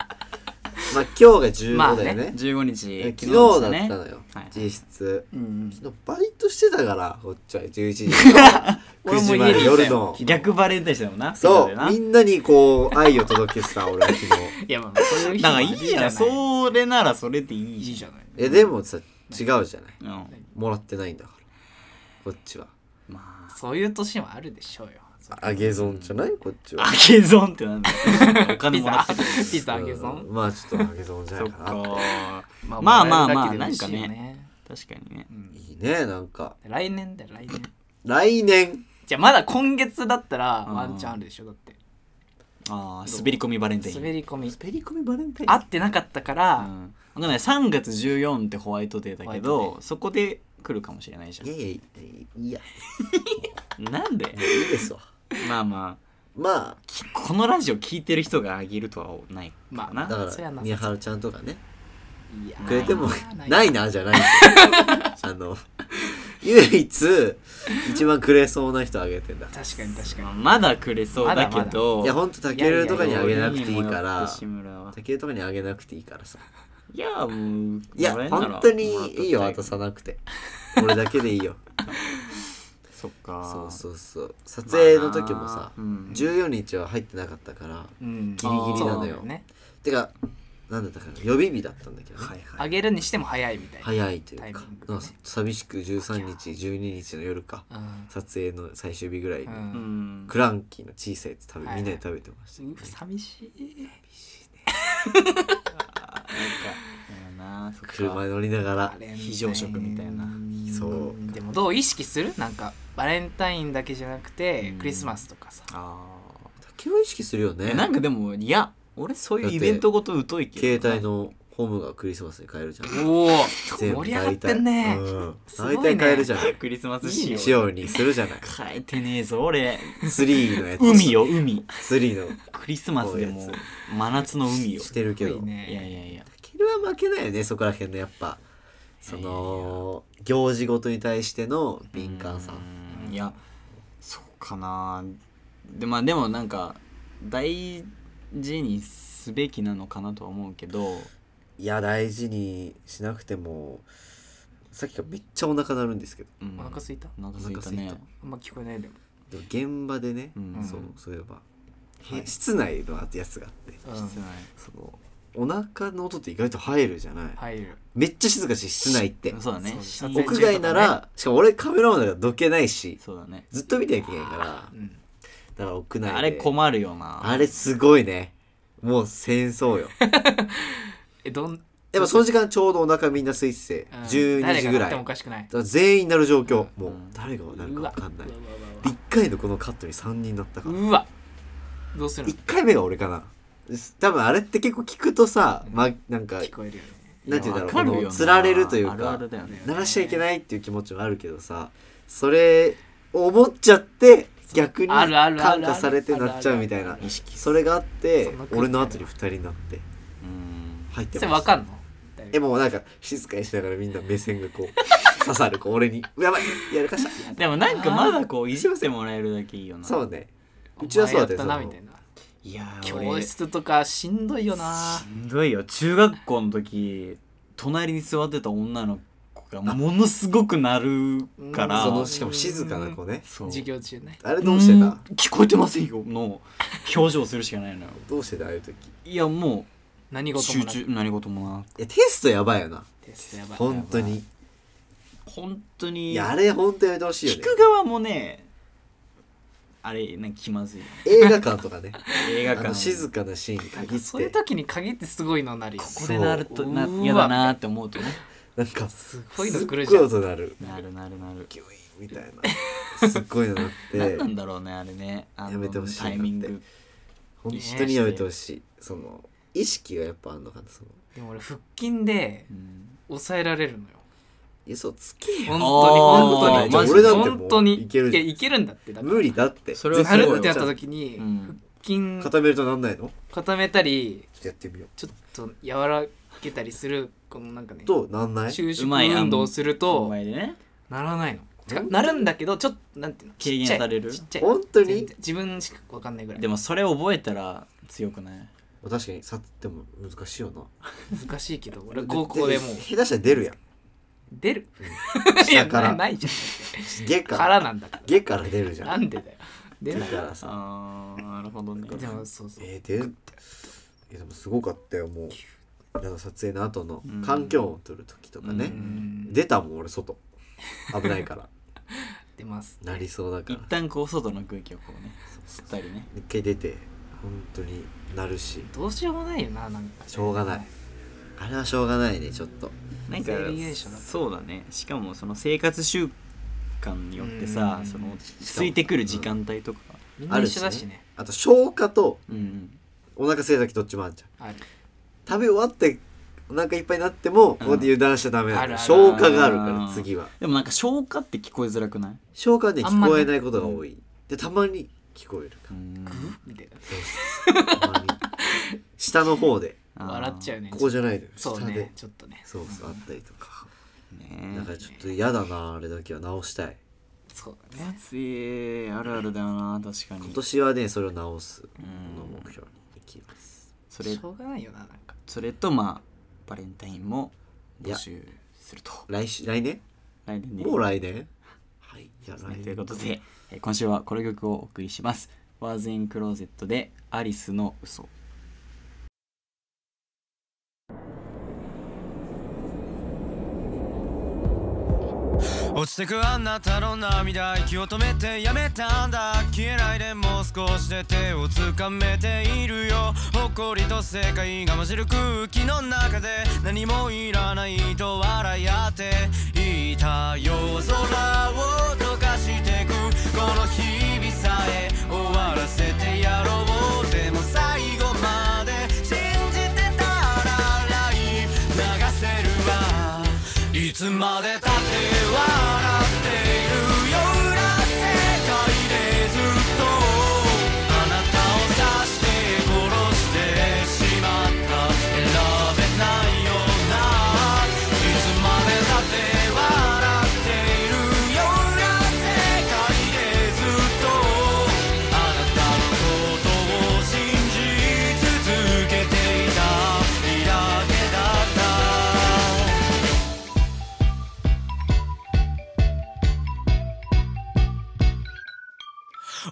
Speaker 2: まあ今日
Speaker 3: ま
Speaker 2: が
Speaker 3: あ
Speaker 2: 15だよね
Speaker 3: ね
Speaker 1: 15日
Speaker 2: 昨日
Speaker 1: でし
Speaker 2: だった
Speaker 1: ね
Speaker 2: のよ
Speaker 1: はいはい
Speaker 2: 実質
Speaker 3: うんうん
Speaker 2: 昨日バイトしてたからこっちは11時から9時まで夜の
Speaker 1: 逆バレンタインしたもんな
Speaker 2: そう
Speaker 1: だ
Speaker 2: みんなにこう愛を届けてた俺は 昨日
Speaker 3: いやまあそういう日も
Speaker 1: から
Speaker 3: ある
Speaker 1: いいやん
Speaker 3: う
Speaker 1: それならそれでい
Speaker 3: い
Speaker 1: い
Speaker 3: い
Speaker 1: じ
Speaker 3: じゃない
Speaker 2: えでもさ違うじゃない
Speaker 1: ゃんうん
Speaker 2: もらってないんだからこっちは
Speaker 1: まあ
Speaker 3: そういう年もあるでしょうよ
Speaker 2: あげ損じゃないこっちは
Speaker 1: あげ損って なんだよお 金
Speaker 3: ピ
Speaker 1: もら
Speaker 3: ザ
Speaker 1: ってる
Speaker 3: ピザあげそ
Speaker 2: うんんまあちょっとあげ損じゃ
Speaker 1: そ
Speaker 2: ない
Speaker 1: っ
Speaker 2: かな
Speaker 1: かまあまあまあ
Speaker 3: もらえるだけで嬉しいよね
Speaker 1: 確かにね
Speaker 3: うん
Speaker 2: いいねなんか
Speaker 3: 来年だよ来年
Speaker 2: 来年
Speaker 3: じゃあまだ今月だったら
Speaker 1: うん
Speaker 3: ワンチャンあるでしょだって
Speaker 1: ああ滑り込みバレンタイン
Speaker 3: 滑り込み
Speaker 2: ペリコミバレンタイン
Speaker 3: 会ってなかったから、
Speaker 1: うん、なんかね3月14ってホワイトデーだけ
Speaker 3: ホワイト
Speaker 1: どそこで来るかもしれないじゃ
Speaker 2: いやいやいや
Speaker 1: んなんで
Speaker 2: いやいいですわ
Speaker 1: まあまあ
Speaker 2: ま
Speaker 1: きこのラジオ聞いてる人があげるとはない
Speaker 3: ま
Speaker 1: か
Speaker 3: あ
Speaker 1: な、
Speaker 2: あだ
Speaker 3: そ
Speaker 2: か
Speaker 3: りゃ
Speaker 2: ら
Speaker 3: な
Speaker 2: 宮原ちゃんとかね
Speaker 3: いやー
Speaker 2: くれても
Speaker 3: な
Speaker 2: ないいなじゃないんですよ あの唯一一番くれそうな人あげてんだ
Speaker 3: 確かに確かに
Speaker 1: まだくれそうだけど
Speaker 2: いやほんとタケルとかにあげなくていいか
Speaker 1: や
Speaker 2: ら
Speaker 1: 志村は
Speaker 2: タケルとかにあげなくていいからさ
Speaker 1: いやもう
Speaker 2: いや
Speaker 1: もらえんなら
Speaker 2: 本当に
Speaker 1: もらっときた
Speaker 2: いいよ渡さなくて俺だけで いいよ
Speaker 1: そっか
Speaker 2: そう
Speaker 1: う
Speaker 2: そうそう撮影の時もさ
Speaker 1: うん、
Speaker 2: 14日は入ってなかったから
Speaker 3: うん
Speaker 2: ギリギリなのよ
Speaker 3: そうね
Speaker 2: てかなんだったかな予備日だったんだけどね
Speaker 1: はいは
Speaker 3: あ
Speaker 1: い
Speaker 3: げるにしても早いみたいな、
Speaker 2: 早いという
Speaker 3: タイミ
Speaker 2: か
Speaker 3: ングが
Speaker 2: なん
Speaker 3: ね
Speaker 2: か寂しく13日12日の夜か
Speaker 3: うん
Speaker 2: 撮影の最終日ぐらいに
Speaker 3: うん
Speaker 1: うん
Speaker 2: クランキーの小さいやつ食べ、
Speaker 3: はいはい
Speaker 2: みんなで食べてました
Speaker 3: うわ寂しい
Speaker 1: あなんかだよなそっか
Speaker 2: 車乗りながら
Speaker 3: バレンタイン
Speaker 1: 非常食みたいな
Speaker 2: そう
Speaker 3: でもどう意識するなんかバレンタインだけじゃなくて
Speaker 1: うん
Speaker 3: クリスマスとかさ
Speaker 1: あ
Speaker 2: 竹は意識するよ
Speaker 1: ー
Speaker 2: ね
Speaker 1: えなんかでもいや俺そういうイベントごと疎いけど
Speaker 2: 携帯のホームがクリスマスに変えるじゃん
Speaker 3: おお
Speaker 2: 全部
Speaker 3: 盛り上がってんね
Speaker 2: 大体うん
Speaker 3: すごい
Speaker 2: 大
Speaker 3: ね
Speaker 2: 体変えるじゃな い
Speaker 1: クリスマス仕様
Speaker 2: 仕様にするじゃ ない
Speaker 1: 変えてねえぞ俺
Speaker 2: ツリーのやつ
Speaker 1: 海よ海
Speaker 2: ツリーの
Speaker 1: クリスマスで
Speaker 2: こ
Speaker 1: も
Speaker 2: ういうや
Speaker 1: 真夏の海よ
Speaker 2: してるけ
Speaker 3: す
Speaker 2: ど
Speaker 3: ごい
Speaker 1: いやい
Speaker 3: ね
Speaker 1: やいや
Speaker 2: タケルは負けないよねそこら辺のやっぱその行事ごとに対しての敏感さ
Speaker 1: うーんいやそうかなで,、まあ、でもなんか大事にすべきなのかなとは思うけど
Speaker 2: いや大事にしなくてもさっきからめっちゃお腹鳴るんですけど
Speaker 1: うん
Speaker 3: お腹すいた
Speaker 1: お腹すいたね
Speaker 2: お腹すい
Speaker 3: あんま聞こえないでも
Speaker 2: でも現場でね、
Speaker 1: うん
Speaker 2: そう
Speaker 3: うん
Speaker 2: そういえば、へ室内のやつがあって
Speaker 3: うん
Speaker 1: 室内
Speaker 2: そのお腹の音って意外と入るじゃない
Speaker 3: 入る
Speaker 2: めっちゃ静かだし室内って
Speaker 1: そうだね
Speaker 3: そう
Speaker 1: 深夜
Speaker 2: 屋外なら、しかも俺カメラマンだからどけないし
Speaker 1: そうだね
Speaker 2: ずっと見てなきゃいけないから
Speaker 3: うん
Speaker 2: だから屋内で
Speaker 1: あれ困るよな
Speaker 2: あれすごいねもう戦争 よ
Speaker 3: えどん
Speaker 2: やっぱその時間ちょうどお腹みんな空いてて、
Speaker 3: うん
Speaker 2: 12時ぐ
Speaker 3: 誰がな
Speaker 2: ら
Speaker 3: っ
Speaker 2: い
Speaker 3: ても
Speaker 2: だ
Speaker 3: お
Speaker 2: か
Speaker 3: かしくない
Speaker 2: ら全員なる状況、
Speaker 1: うん
Speaker 2: もう
Speaker 1: うん
Speaker 2: 誰がなるか分かんないう
Speaker 3: わ
Speaker 2: で1回のこのカットに3人なったから
Speaker 3: うわどうするの
Speaker 2: 1回目が俺かな多分あれって結構聞くとさ、ま、なんか
Speaker 3: 聞こえるよね
Speaker 2: なんて言うんだろう
Speaker 1: いやわかるよな
Speaker 2: このつられるというか
Speaker 1: あるあるだよね
Speaker 2: 鳴らしちゃいけないっていう気持ちもあるけどさそれを思っちゃって逆に
Speaker 3: あるあ
Speaker 2: 感
Speaker 3: るある
Speaker 2: 化されてなっちゃうみたい
Speaker 3: あ
Speaker 2: な
Speaker 3: るあるある
Speaker 1: 意識
Speaker 2: それがあって
Speaker 3: そんな空気
Speaker 2: 俺の後に2人になって
Speaker 1: うん
Speaker 2: 入って
Speaker 3: それ
Speaker 2: ま
Speaker 3: わ
Speaker 2: し
Speaker 3: か
Speaker 2: た
Speaker 3: んの
Speaker 2: えもうなんか静かにしながらみんな目線がこう 刺さるこう俺に「やばいやるかした
Speaker 1: でもなんかまだこういじらせもらえるだけいいよ」な
Speaker 2: そうねうちはそうだったよ
Speaker 3: お前やったな
Speaker 2: その
Speaker 3: みたいない
Speaker 1: やー俺
Speaker 3: 教室とかしんどいよな
Speaker 1: しんどいよ中学校の時隣に座ってた女の子がものすごくなるから
Speaker 3: あー
Speaker 2: そのしかも静かな子ね
Speaker 1: そう
Speaker 3: 授業中ね
Speaker 2: あれどうして
Speaker 1: ーん
Speaker 2: た
Speaker 1: 聞こえてませんよの表情するしかないのよ
Speaker 2: どうしてたああいう時
Speaker 1: いやも
Speaker 3: 何
Speaker 1: う
Speaker 3: 事
Speaker 1: 集
Speaker 3: もなく
Speaker 1: 中何事もない
Speaker 2: やテストやばいよな
Speaker 3: テストやばい
Speaker 2: 本当に
Speaker 1: 本当に
Speaker 2: いやあれ本当やめてほしいよ
Speaker 1: 聞
Speaker 2: ね
Speaker 1: く側もねあれなんか気まずいよ
Speaker 2: 映 画館とかね
Speaker 1: 映
Speaker 2: あ
Speaker 1: 画
Speaker 2: の
Speaker 1: 館
Speaker 2: 静かなシーンに
Speaker 3: なん
Speaker 2: 限
Speaker 3: か
Speaker 2: っ
Speaker 3: そういう
Speaker 2: て
Speaker 3: 時に限ってすごいのなるよ
Speaker 1: ここでなるとな嫌だなーって思うとね
Speaker 2: なんか
Speaker 3: す
Speaker 2: す
Speaker 3: ごいの
Speaker 2: っ
Speaker 3: 来
Speaker 2: ご
Speaker 3: る
Speaker 2: い
Speaker 3: じゃん
Speaker 2: 音なる
Speaker 1: なるなるなる
Speaker 2: ギュインみたいなすっごいのなっ
Speaker 1: 何
Speaker 2: て
Speaker 1: なんだろうねあれねあの
Speaker 2: やめてほしいな
Speaker 1: タ
Speaker 2: って
Speaker 1: イミング
Speaker 2: 本当にやめてほしいその意識がやっぱあんのかなその
Speaker 3: でも俺腹筋で
Speaker 1: うん
Speaker 3: 抑えられるのよ
Speaker 2: 嘘つけ
Speaker 3: 本
Speaker 2: よ
Speaker 3: 当
Speaker 1: あー
Speaker 3: に本当に
Speaker 1: じゃあ俺だ
Speaker 2: ってもう
Speaker 3: 本当に
Speaker 2: いける
Speaker 3: い
Speaker 2: じ
Speaker 3: や
Speaker 2: ゃん
Speaker 3: いけるんだってだから
Speaker 2: 無理だって
Speaker 1: それは
Speaker 3: なる
Speaker 2: 絶対
Speaker 3: ってやった時
Speaker 1: う
Speaker 3: に
Speaker 1: ん
Speaker 3: 腹筋
Speaker 2: 固めるとなんないのちょ
Speaker 3: 固めたり
Speaker 2: っとやってみよ
Speaker 3: ちょっと柔らけたりするこのなんかね
Speaker 2: うとなんない
Speaker 3: 収縮
Speaker 1: うまい
Speaker 3: 運動をする
Speaker 1: お
Speaker 3: と
Speaker 1: 前でね
Speaker 3: ならないのてか
Speaker 2: 本当
Speaker 3: なるんだけどちょっとなんていうの
Speaker 1: 軽減
Speaker 3: ちっちゃい
Speaker 1: される
Speaker 3: ちっちゃい
Speaker 2: 本当
Speaker 3: 全
Speaker 2: に
Speaker 3: 然自分しかわかんないぐらい
Speaker 1: でもそれ覚えたら強くない
Speaker 2: 確かにさっても難しいよな
Speaker 3: 難しいけど俺高校でもう
Speaker 2: 下手したら出るやん
Speaker 3: 出るいや
Speaker 2: 下から
Speaker 3: なないじ
Speaker 2: 下
Speaker 3: ゃん
Speaker 2: か
Speaker 3: かららなんだか
Speaker 2: 下から出るじ
Speaker 3: らな
Speaker 2: ゃ
Speaker 3: んんでだよ出
Speaker 2: 下
Speaker 3: ない
Speaker 2: からさ
Speaker 1: あーなるほどね
Speaker 3: でもそうそう
Speaker 2: えー、でいやでもすごかったよもうなんか撮影の後の
Speaker 1: うん
Speaker 2: 環境音を撮る時とか
Speaker 1: う
Speaker 2: ね
Speaker 1: ん
Speaker 2: 出たもん俺外危ないから
Speaker 3: 出ます
Speaker 2: なりそうだか
Speaker 1: 一
Speaker 2: ら
Speaker 1: 旦こう外の空気をこうね吸ったりね
Speaker 2: 一回出て本当になるし
Speaker 3: どうしようもないよななんか
Speaker 2: しょうがないあれはしょうがないねちょっと
Speaker 1: なんか
Speaker 3: 生理現象だ
Speaker 1: そうだねしかもその生活習慣によってさ
Speaker 3: うん
Speaker 1: そのついてくる時間帯とか
Speaker 3: みん
Speaker 2: あ
Speaker 3: な
Speaker 2: る
Speaker 3: 一
Speaker 2: し
Speaker 3: 緒
Speaker 2: ね
Speaker 3: だしね
Speaker 2: あと消化と
Speaker 1: うん
Speaker 2: お腹すいた時どっちもあるじゃん
Speaker 3: ある
Speaker 2: 食べ終わってお腹いっぱいになってもここで油断しちゃダメな
Speaker 3: ある
Speaker 2: の
Speaker 3: ある
Speaker 2: 消化があるから次は
Speaker 1: でもなんか消化って聞こえづらくない
Speaker 2: 消化はね
Speaker 3: あんま
Speaker 2: 聞
Speaker 3: ね
Speaker 2: こえないことが多いでたまに聞こえる
Speaker 1: う
Speaker 2: か
Speaker 1: ん
Speaker 3: グーみたいな
Speaker 2: らたまに下の方で
Speaker 1: あー
Speaker 3: 笑っちゃうね
Speaker 2: ここじゃないのよ
Speaker 3: そう
Speaker 2: 下で
Speaker 3: ねちょっとね
Speaker 2: そうそうあったりとか
Speaker 1: ね
Speaker 2: だからちょっと嫌だなあれだけは直したい
Speaker 3: そうだね
Speaker 1: 撮影あるあるだよな確か
Speaker 2: 今
Speaker 1: に
Speaker 2: 年はねそれを直す
Speaker 1: う
Speaker 2: のを
Speaker 1: ん
Speaker 2: 目標にいきます
Speaker 1: それ
Speaker 3: しょうがないよななんか
Speaker 1: それとまあバレンタインも
Speaker 2: いや
Speaker 1: 募集すると
Speaker 2: 来週来年
Speaker 1: 来年に
Speaker 2: もう来年はいじゃあ来年
Speaker 1: ということで、えー今週はこの曲をお送りします。ワーズインクローゼットでアリスの嘘。
Speaker 4: 落ちてくあなたの涙息を止めてやめたんだ消えないでもう少しで手をつかめているよ誇りと世界が混じる空気の中で何もいらないと笑い合っていた夜空を溶かしてくこの日々さえ終わらせてやろうでも最後まで信じてたらライブつまでたって笑っているような世界でずっとあなたを刺して殺してしまった選べないよな」「いつまでたって笑っているような世界でずっとあなたのことを信じ続けていたいだけだった」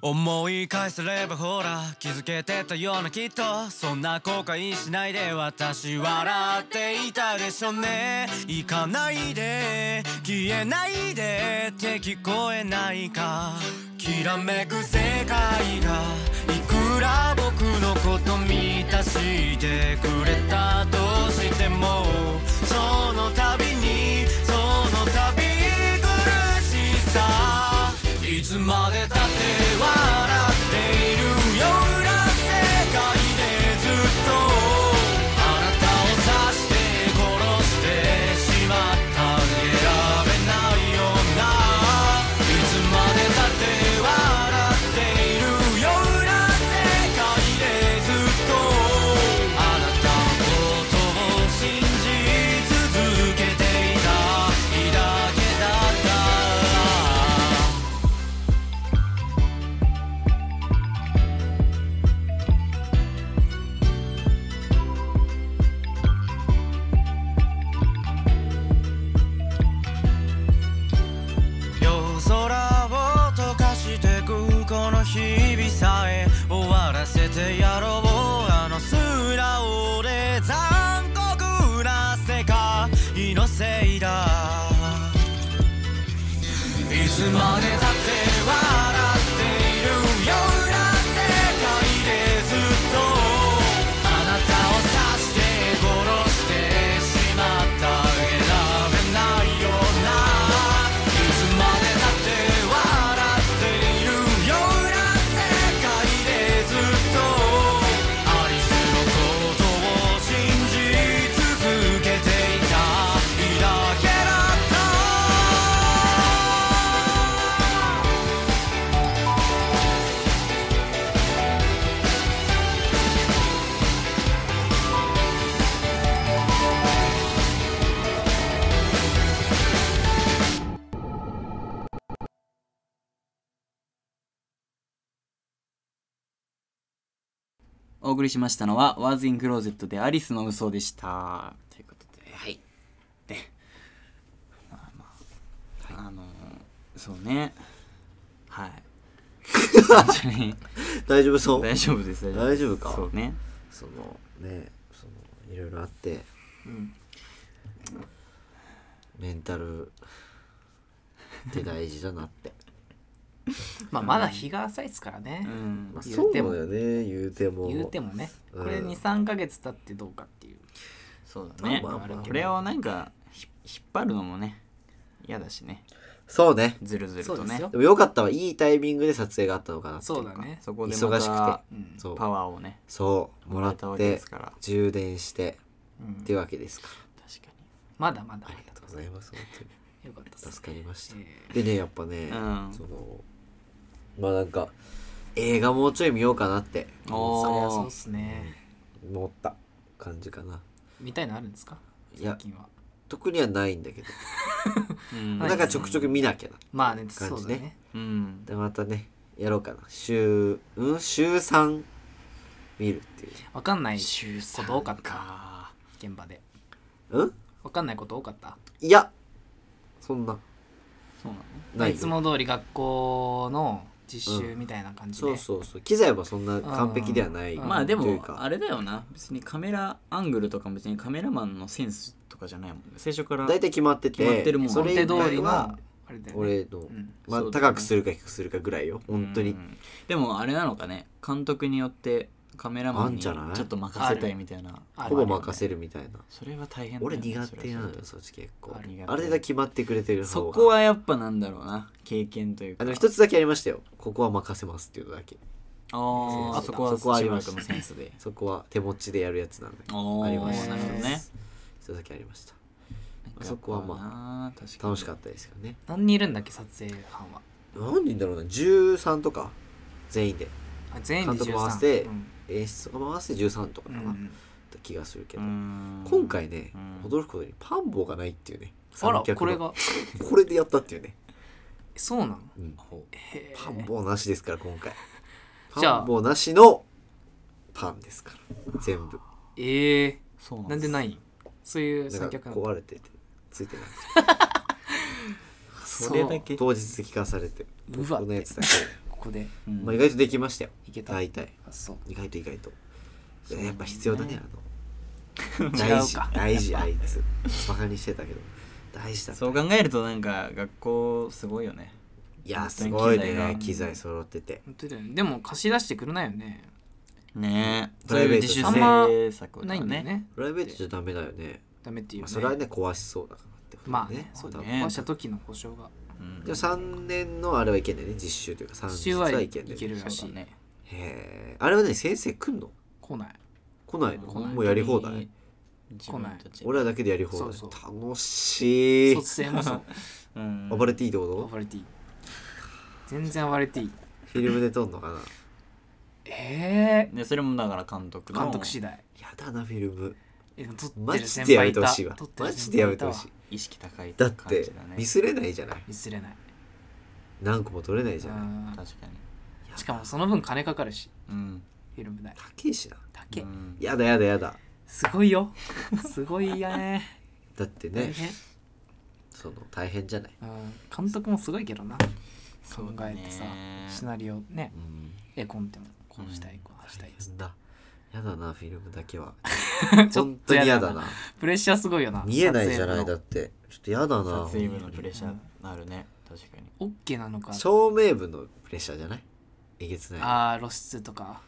Speaker 4: 思い返せればほら気づけてたようなきっとそんな後悔しないで私笑っていたでしょうね行かないで消えないでって聞こえないかきらめく世界がいくら僕のこと満たしてくれたとしてもその度にその度に苦しさいつまでたって笑っているような世界でずっとあなたを刺して殺してしまった選べないよないつまでたって笑っているような世界でずっとあなたのことを信じ続けていたいだけだった夜空を溶かしてくこの日々さえ終わらせてやろうあの素直で残酷な世界のせいだいつまでたって笑っているような世界でずっとあなたを刺して殺してしまった選べないよないつまでたって笑っているような世界でずっとありしのことを信じ続けていたいだけだった
Speaker 1: お送りしましたのは、ワーズインクローゼットでアリスの嘘でした。ということで、はい。で、まあまあ、あのー、そうね。はい。本当に
Speaker 2: 大丈夫そう
Speaker 1: 大丈夫です、大
Speaker 2: 大丈夫か
Speaker 1: そうね。
Speaker 2: そのねそのいろいろあって
Speaker 3: うん
Speaker 2: メンタルって大事だなって、
Speaker 3: まあまだ日が浅いですからね
Speaker 1: う、ん
Speaker 2: まあ、
Speaker 3: 言
Speaker 2: そううだ
Speaker 3: ても
Speaker 2: よね言うても
Speaker 3: 言うてもねこれ
Speaker 2: うん
Speaker 3: 23か月経ってどうかっていう
Speaker 1: そうだね、
Speaker 2: まあまあまあ
Speaker 1: これをなんかひ引っ張るのもね嫌だしね
Speaker 2: そうね
Speaker 1: ずるずる
Speaker 3: そ
Speaker 1: と
Speaker 3: うで
Speaker 1: ね
Speaker 3: すよ
Speaker 2: でもよかったわいいタイミングで撮影があったのかなって
Speaker 3: そうだね
Speaker 1: そこで
Speaker 2: 忙しく
Speaker 3: う
Speaker 2: て
Speaker 3: ん
Speaker 2: そう
Speaker 1: パワーをね
Speaker 2: そうもら
Speaker 1: もら
Speaker 2: っ
Speaker 1: えたわけで
Speaker 2: て
Speaker 1: すから
Speaker 2: 充電して
Speaker 3: うん
Speaker 2: ってわけですから
Speaker 1: 確か
Speaker 3: まだまだありがと
Speaker 2: ありがとうございます本当に
Speaker 3: うよかったです
Speaker 2: 助かりました、
Speaker 3: え
Speaker 2: でねやっぱね、
Speaker 1: うん
Speaker 2: そのまあなんか映画もうちょい見ようかなって
Speaker 1: にお
Speaker 3: そう
Speaker 1: お
Speaker 3: っすね
Speaker 2: 思った感じかな
Speaker 3: 見たいのあるんですか
Speaker 2: いや
Speaker 3: 最近は
Speaker 2: 特にはないんだけど、
Speaker 1: うん
Speaker 2: なんかちょくちょく見なきゃな
Speaker 3: まあね
Speaker 2: 感じね
Speaker 3: そうだね
Speaker 1: うん
Speaker 2: でまたねやろうかな週うん週3見るっていう
Speaker 3: わかんない
Speaker 1: 週
Speaker 3: こ
Speaker 1: 三
Speaker 3: と多かった
Speaker 1: か
Speaker 3: 現場で
Speaker 2: うん
Speaker 3: わかんないこと多かった
Speaker 2: いやそんな
Speaker 1: そうなの
Speaker 2: ない
Speaker 3: いつも通り学校の実習みたいな感じで、
Speaker 2: そうそうそう機材もそんな完璧ではない
Speaker 3: うん
Speaker 1: まあで
Speaker 2: という
Speaker 1: も
Speaker 2: か
Speaker 1: あれだよな別にカメラアングルとかも別にカメラマンのセンスとかじゃないもんね最初から
Speaker 2: 大体決まってて
Speaker 1: 決まってるもん
Speaker 2: それ以
Speaker 3: 予定通
Speaker 2: 外
Speaker 3: りの
Speaker 2: は
Speaker 3: あれだよね
Speaker 2: 俺の、
Speaker 3: ん
Speaker 2: まあ
Speaker 1: そうだね
Speaker 2: 高くするか低くするかぐらいよ本当に、
Speaker 1: うんでもあれなのかね監督によってカメラマンにちょっと任せたいみたいな
Speaker 3: ある
Speaker 2: ほぼ
Speaker 3: ある
Speaker 2: 任せるみたいな
Speaker 1: それは大変だよ
Speaker 2: 俺
Speaker 1: ね
Speaker 2: 苦
Speaker 1: それ
Speaker 2: 手
Speaker 1: はそ
Speaker 2: なの
Speaker 1: れ
Speaker 2: よ
Speaker 1: で
Speaker 2: そっち結構
Speaker 1: あ苦手
Speaker 2: あれだけ決まってくれてる方
Speaker 1: そ
Speaker 2: が
Speaker 1: こはやっぱなんだろうな経験という
Speaker 2: あ
Speaker 1: か
Speaker 2: の一つだけありましたよここは任せますっていうのだけ
Speaker 1: あーあ
Speaker 2: そ
Speaker 1: そうこは
Speaker 2: そこはあ
Speaker 1: し
Speaker 2: り
Speaker 1: ば
Speaker 2: ま
Speaker 1: ら
Speaker 2: した
Speaker 1: くのセンスで
Speaker 2: そこは手持ちでやるやつなんだけど
Speaker 1: あ
Speaker 2: ありまし
Speaker 1: な
Speaker 2: た
Speaker 1: るほどね
Speaker 2: 一つだけありましたあそこはま
Speaker 1: まあ確
Speaker 2: あ楽しかったですよね
Speaker 3: 何人いるんだっけ撮影班は
Speaker 2: 何人だろうな13とか全員で
Speaker 3: あ全員で13
Speaker 2: 監督も合わせて
Speaker 3: うん
Speaker 2: 演出が回して13とか
Speaker 3: う
Speaker 2: かな、っ
Speaker 3: ん、
Speaker 2: て気がするけど、今
Speaker 1: 今
Speaker 2: 回ね、
Speaker 1: うん
Speaker 2: 驚くことにパンボがないっていうね
Speaker 3: あら
Speaker 2: 三脚
Speaker 3: これが
Speaker 2: これでやったっていうね、
Speaker 3: そうなの
Speaker 2: うん
Speaker 3: へえ
Speaker 2: パンボなしですから今回
Speaker 3: じゃあ
Speaker 2: パンボなしのパンですから全部
Speaker 3: ええ
Speaker 1: そう
Speaker 3: なんでないいそういう
Speaker 2: な
Speaker 3: 三
Speaker 2: んか
Speaker 3: 脚なの
Speaker 2: 壊れててついてない
Speaker 1: それだ
Speaker 3: そう
Speaker 1: け
Speaker 2: 当日聞かされて
Speaker 3: うわ
Speaker 2: 僕のやつだけ、
Speaker 3: ここで
Speaker 1: うん
Speaker 2: まあ、意外とできましたよ
Speaker 3: いけた
Speaker 2: 大体
Speaker 3: あそう
Speaker 2: 意外と意外と
Speaker 3: そうね
Speaker 2: やっぱ必要だねあ の
Speaker 3: 違
Speaker 2: 大
Speaker 3: う
Speaker 2: 事
Speaker 3: か
Speaker 2: 大事あいつバカにしてたけど大事だった
Speaker 1: そう考えるとなんか学校すごいよね
Speaker 2: いやすごい
Speaker 1: 本当に機材
Speaker 2: ね
Speaker 1: が
Speaker 2: 機材揃ってて
Speaker 3: 本当だよねでも貸し出してくれないよね
Speaker 1: ねえ
Speaker 2: プ
Speaker 1: そ
Speaker 2: ラ
Speaker 1: う
Speaker 2: イ
Speaker 1: いう
Speaker 2: ベー
Speaker 1: 自
Speaker 2: ト
Speaker 1: 主
Speaker 2: じゃ
Speaker 1: 制作
Speaker 3: ないんだよね
Speaker 2: プライベートじゃダメだよね
Speaker 3: ダメっていうよ
Speaker 2: まあ
Speaker 3: ね
Speaker 2: それはね壊しそうだからってこと
Speaker 3: まあねそうだ
Speaker 2: 多分
Speaker 3: ね壊した時の保証が
Speaker 1: うん
Speaker 2: でも3年のあれはいけんだよね実習というか3
Speaker 3: 週
Speaker 2: 年
Speaker 3: は
Speaker 2: はいいけんだよ
Speaker 3: け
Speaker 2: ね
Speaker 3: るらしい
Speaker 1: そうだね
Speaker 2: へえあれはね先生来んの
Speaker 3: 来ない
Speaker 2: 来ないの
Speaker 3: 来ない
Speaker 2: もうやり放題
Speaker 1: 自分たち
Speaker 2: 俺らだけでやり放題
Speaker 3: そうそ
Speaker 2: 楽しい
Speaker 3: 卒生もそう
Speaker 1: うん
Speaker 2: 暴れていいってこと
Speaker 3: 暴れていい全然暴れていい
Speaker 2: フィルムで撮んのかな
Speaker 3: ええ
Speaker 1: でそれもだから監督の
Speaker 3: 監督次第
Speaker 2: やだなフィルム
Speaker 3: えでも撮っ
Speaker 2: マ
Speaker 3: てる
Speaker 2: ジで
Speaker 3: 先
Speaker 2: や
Speaker 3: 輩
Speaker 2: め
Speaker 3: い
Speaker 2: て
Speaker 3: た
Speaker 2: ほしいわ
Speaker 3: 撮って
Speaker 2: マ
Speaker 3: る
Speaker 2: ジ
Speaker 3: 先
Speaker 2: でや
Speaker 3: 輩
Speaker 2: め
Speaker 3: い
Speaker 2: て
Speaker 3: た
Speaker 2: ほ
Speaker 3: わ
Speaker 2: しい
Speaker 1: 意識高い
Speaker 2: だっ
Speaker 1: 感
Speaker 2: て
Speaker 1: じだね
Speaker 2: ミスれないじゃない
Speaker 3: ミスれない
Speaker 2: 何個も撮れないじゃ
Speaker 3: う
Speaker 2: ない
Speaker 3: ん
Speaker 1: 確かに
Speaker 3: しかもその分金かかるし
Speaker 1: うん
Speaker 3: フィルム代
Speaker 2: 高いしな
Speaker 3: だけ
Speaker 1: うん
Speaker 2: やだやだやだ
Speaker 3: すごい よすごいやね
Speaker 2: だっ て
Speaker 3: 大
Speaker 2: ね
Speaker 3: 変
Speaker 2: その大変じゃない
Speaker 3: うん監督もすごいけどな考
Speaker 1: そうだ
Speaker 3: え
Speaker 1: ね
Speaker 3: てさシナリオね
Speaker 2: うん
Speaker 3: 絵コンテもこうしたいこうしたい
Speaker 2: 大変だやだなフィルムだけは
Speaker 3: ちょっ
Speaker 2: 本
Speaker 3: と
Speaker 2: 当に
Speaker 3: や
Speaker 2: や
Speaker 3: だ
Speaker 2: だ
Speaker 3: な
Speaker 2: な
Speaker 3: プレッシャーすごいよな
Speaker 2: 見えないじゃないだ
Speaker 3: 撮
Speaker 2: ってちょっとやだな
Speaker 1: 撮影部のプレッシャーあるね確かに
Speaker 3: 影の OK なのか
Speaker 2: 照明部のプレッシャーじゃないえげつない
Speaker 3: あー露出とか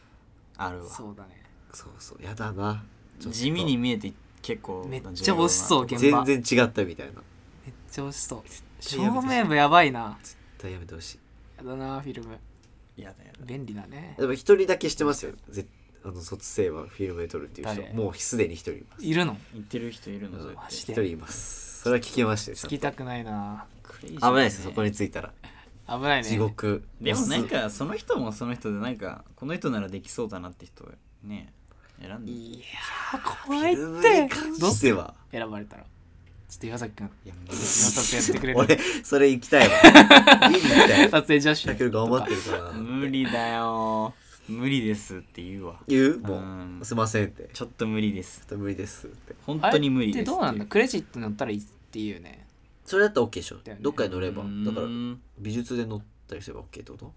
Speaker 1: あるわ
Speaker 3: そうだね
Speaker 2: そうそうやだなちょっと
Speaker 1: 地味に見えて結構
Speaker 3: めっちゃ惜しそう現場
Speaker 2: 全然違ったみたいな
Speaker 3: めっちゃ惜しそう
Speaker 2: 対やめて
Speaker 3: 照
Speaker 2: ほしい
Speaker 3: 明もやばいな
Speaker 2: 絶対やめてほしい
Speaker 3: やだなフィルム
Speaker 1: やだやだ
Speaker 3: 便利だね
Speaker 2: でも一人だけしてますよぜあの卒生はフィルムで撮るっていう人
Speaker 3: 誰
Speaker 2: もうすでに一人います
Speaker 3: いるの
Speaker 1: 言ってる人いるの
Speaker 2: うん
Speaker 1: それっ
Speaker 3: マ
Speaker 1: て
Speaker 3: ジ
Speaker 2: 一
Speaker 3: で
Speaker 2: 人いますそれは聞けましたよち
Speaker 3: つ
Speaker 2: ゃんと
Speaker 3: きたくないな
Speaker 1: クレイジー
Speaker 2: 危
Speaker 1: だね
Speaker 2: ないですよそこに着いたら
Speaker 3: 危ないね
Speaker 2: 地獄
Speaker 1: でもなん
Speaker 2: 押
Speaker 1: かその人もその人でなんかこの人ならできそうだなって人をね選んでい
Speaker 3: いやー
Speaker 2: す
Speaker 3: 怖
Speaker 2: フ
Speaker 3: い
Speaker 2: ィ
Speaker 3: っ
Speaker 2: ルム
Speaker 3: て
Speaker 2: に関
Speaker 3: どう
Speaker 2: しては
Speaker 3: 選ばれたらちょっと岩崎君
Speaker 1: や
Speaker 3: 撮影やってくれる
Speaker 2: 俺それ行きたいわ見に行きたい
Speaker 3: 撮影女子
Speaker 2: タケル頑張ってるからな
Speaker 1: 無理だよ無理ですって言うわ
Speaker 2: 言う
Speaker 1: うん
Speaker 2: もうすいませんってちょ
Speaker 1: ちょっと無理です
Speaker 2: っと無理ですって
Speaker 1: 本当に無理
Speaker 3: あ
Speaker 1: で
Speaker 3: れ
Speaker 1: す
Speaker 3: ってどうなんだクレジットに乗ったらいいっていうね
Speaker 2: それだったら OK でしょ
Speaker 3: だよね
Speaker 2: どっかに乗れ
Speaker 1: う
Speaker 2: ば
Speaker 1: ん
Speaker 2: だから美術で乗ったりすれば OK ってこと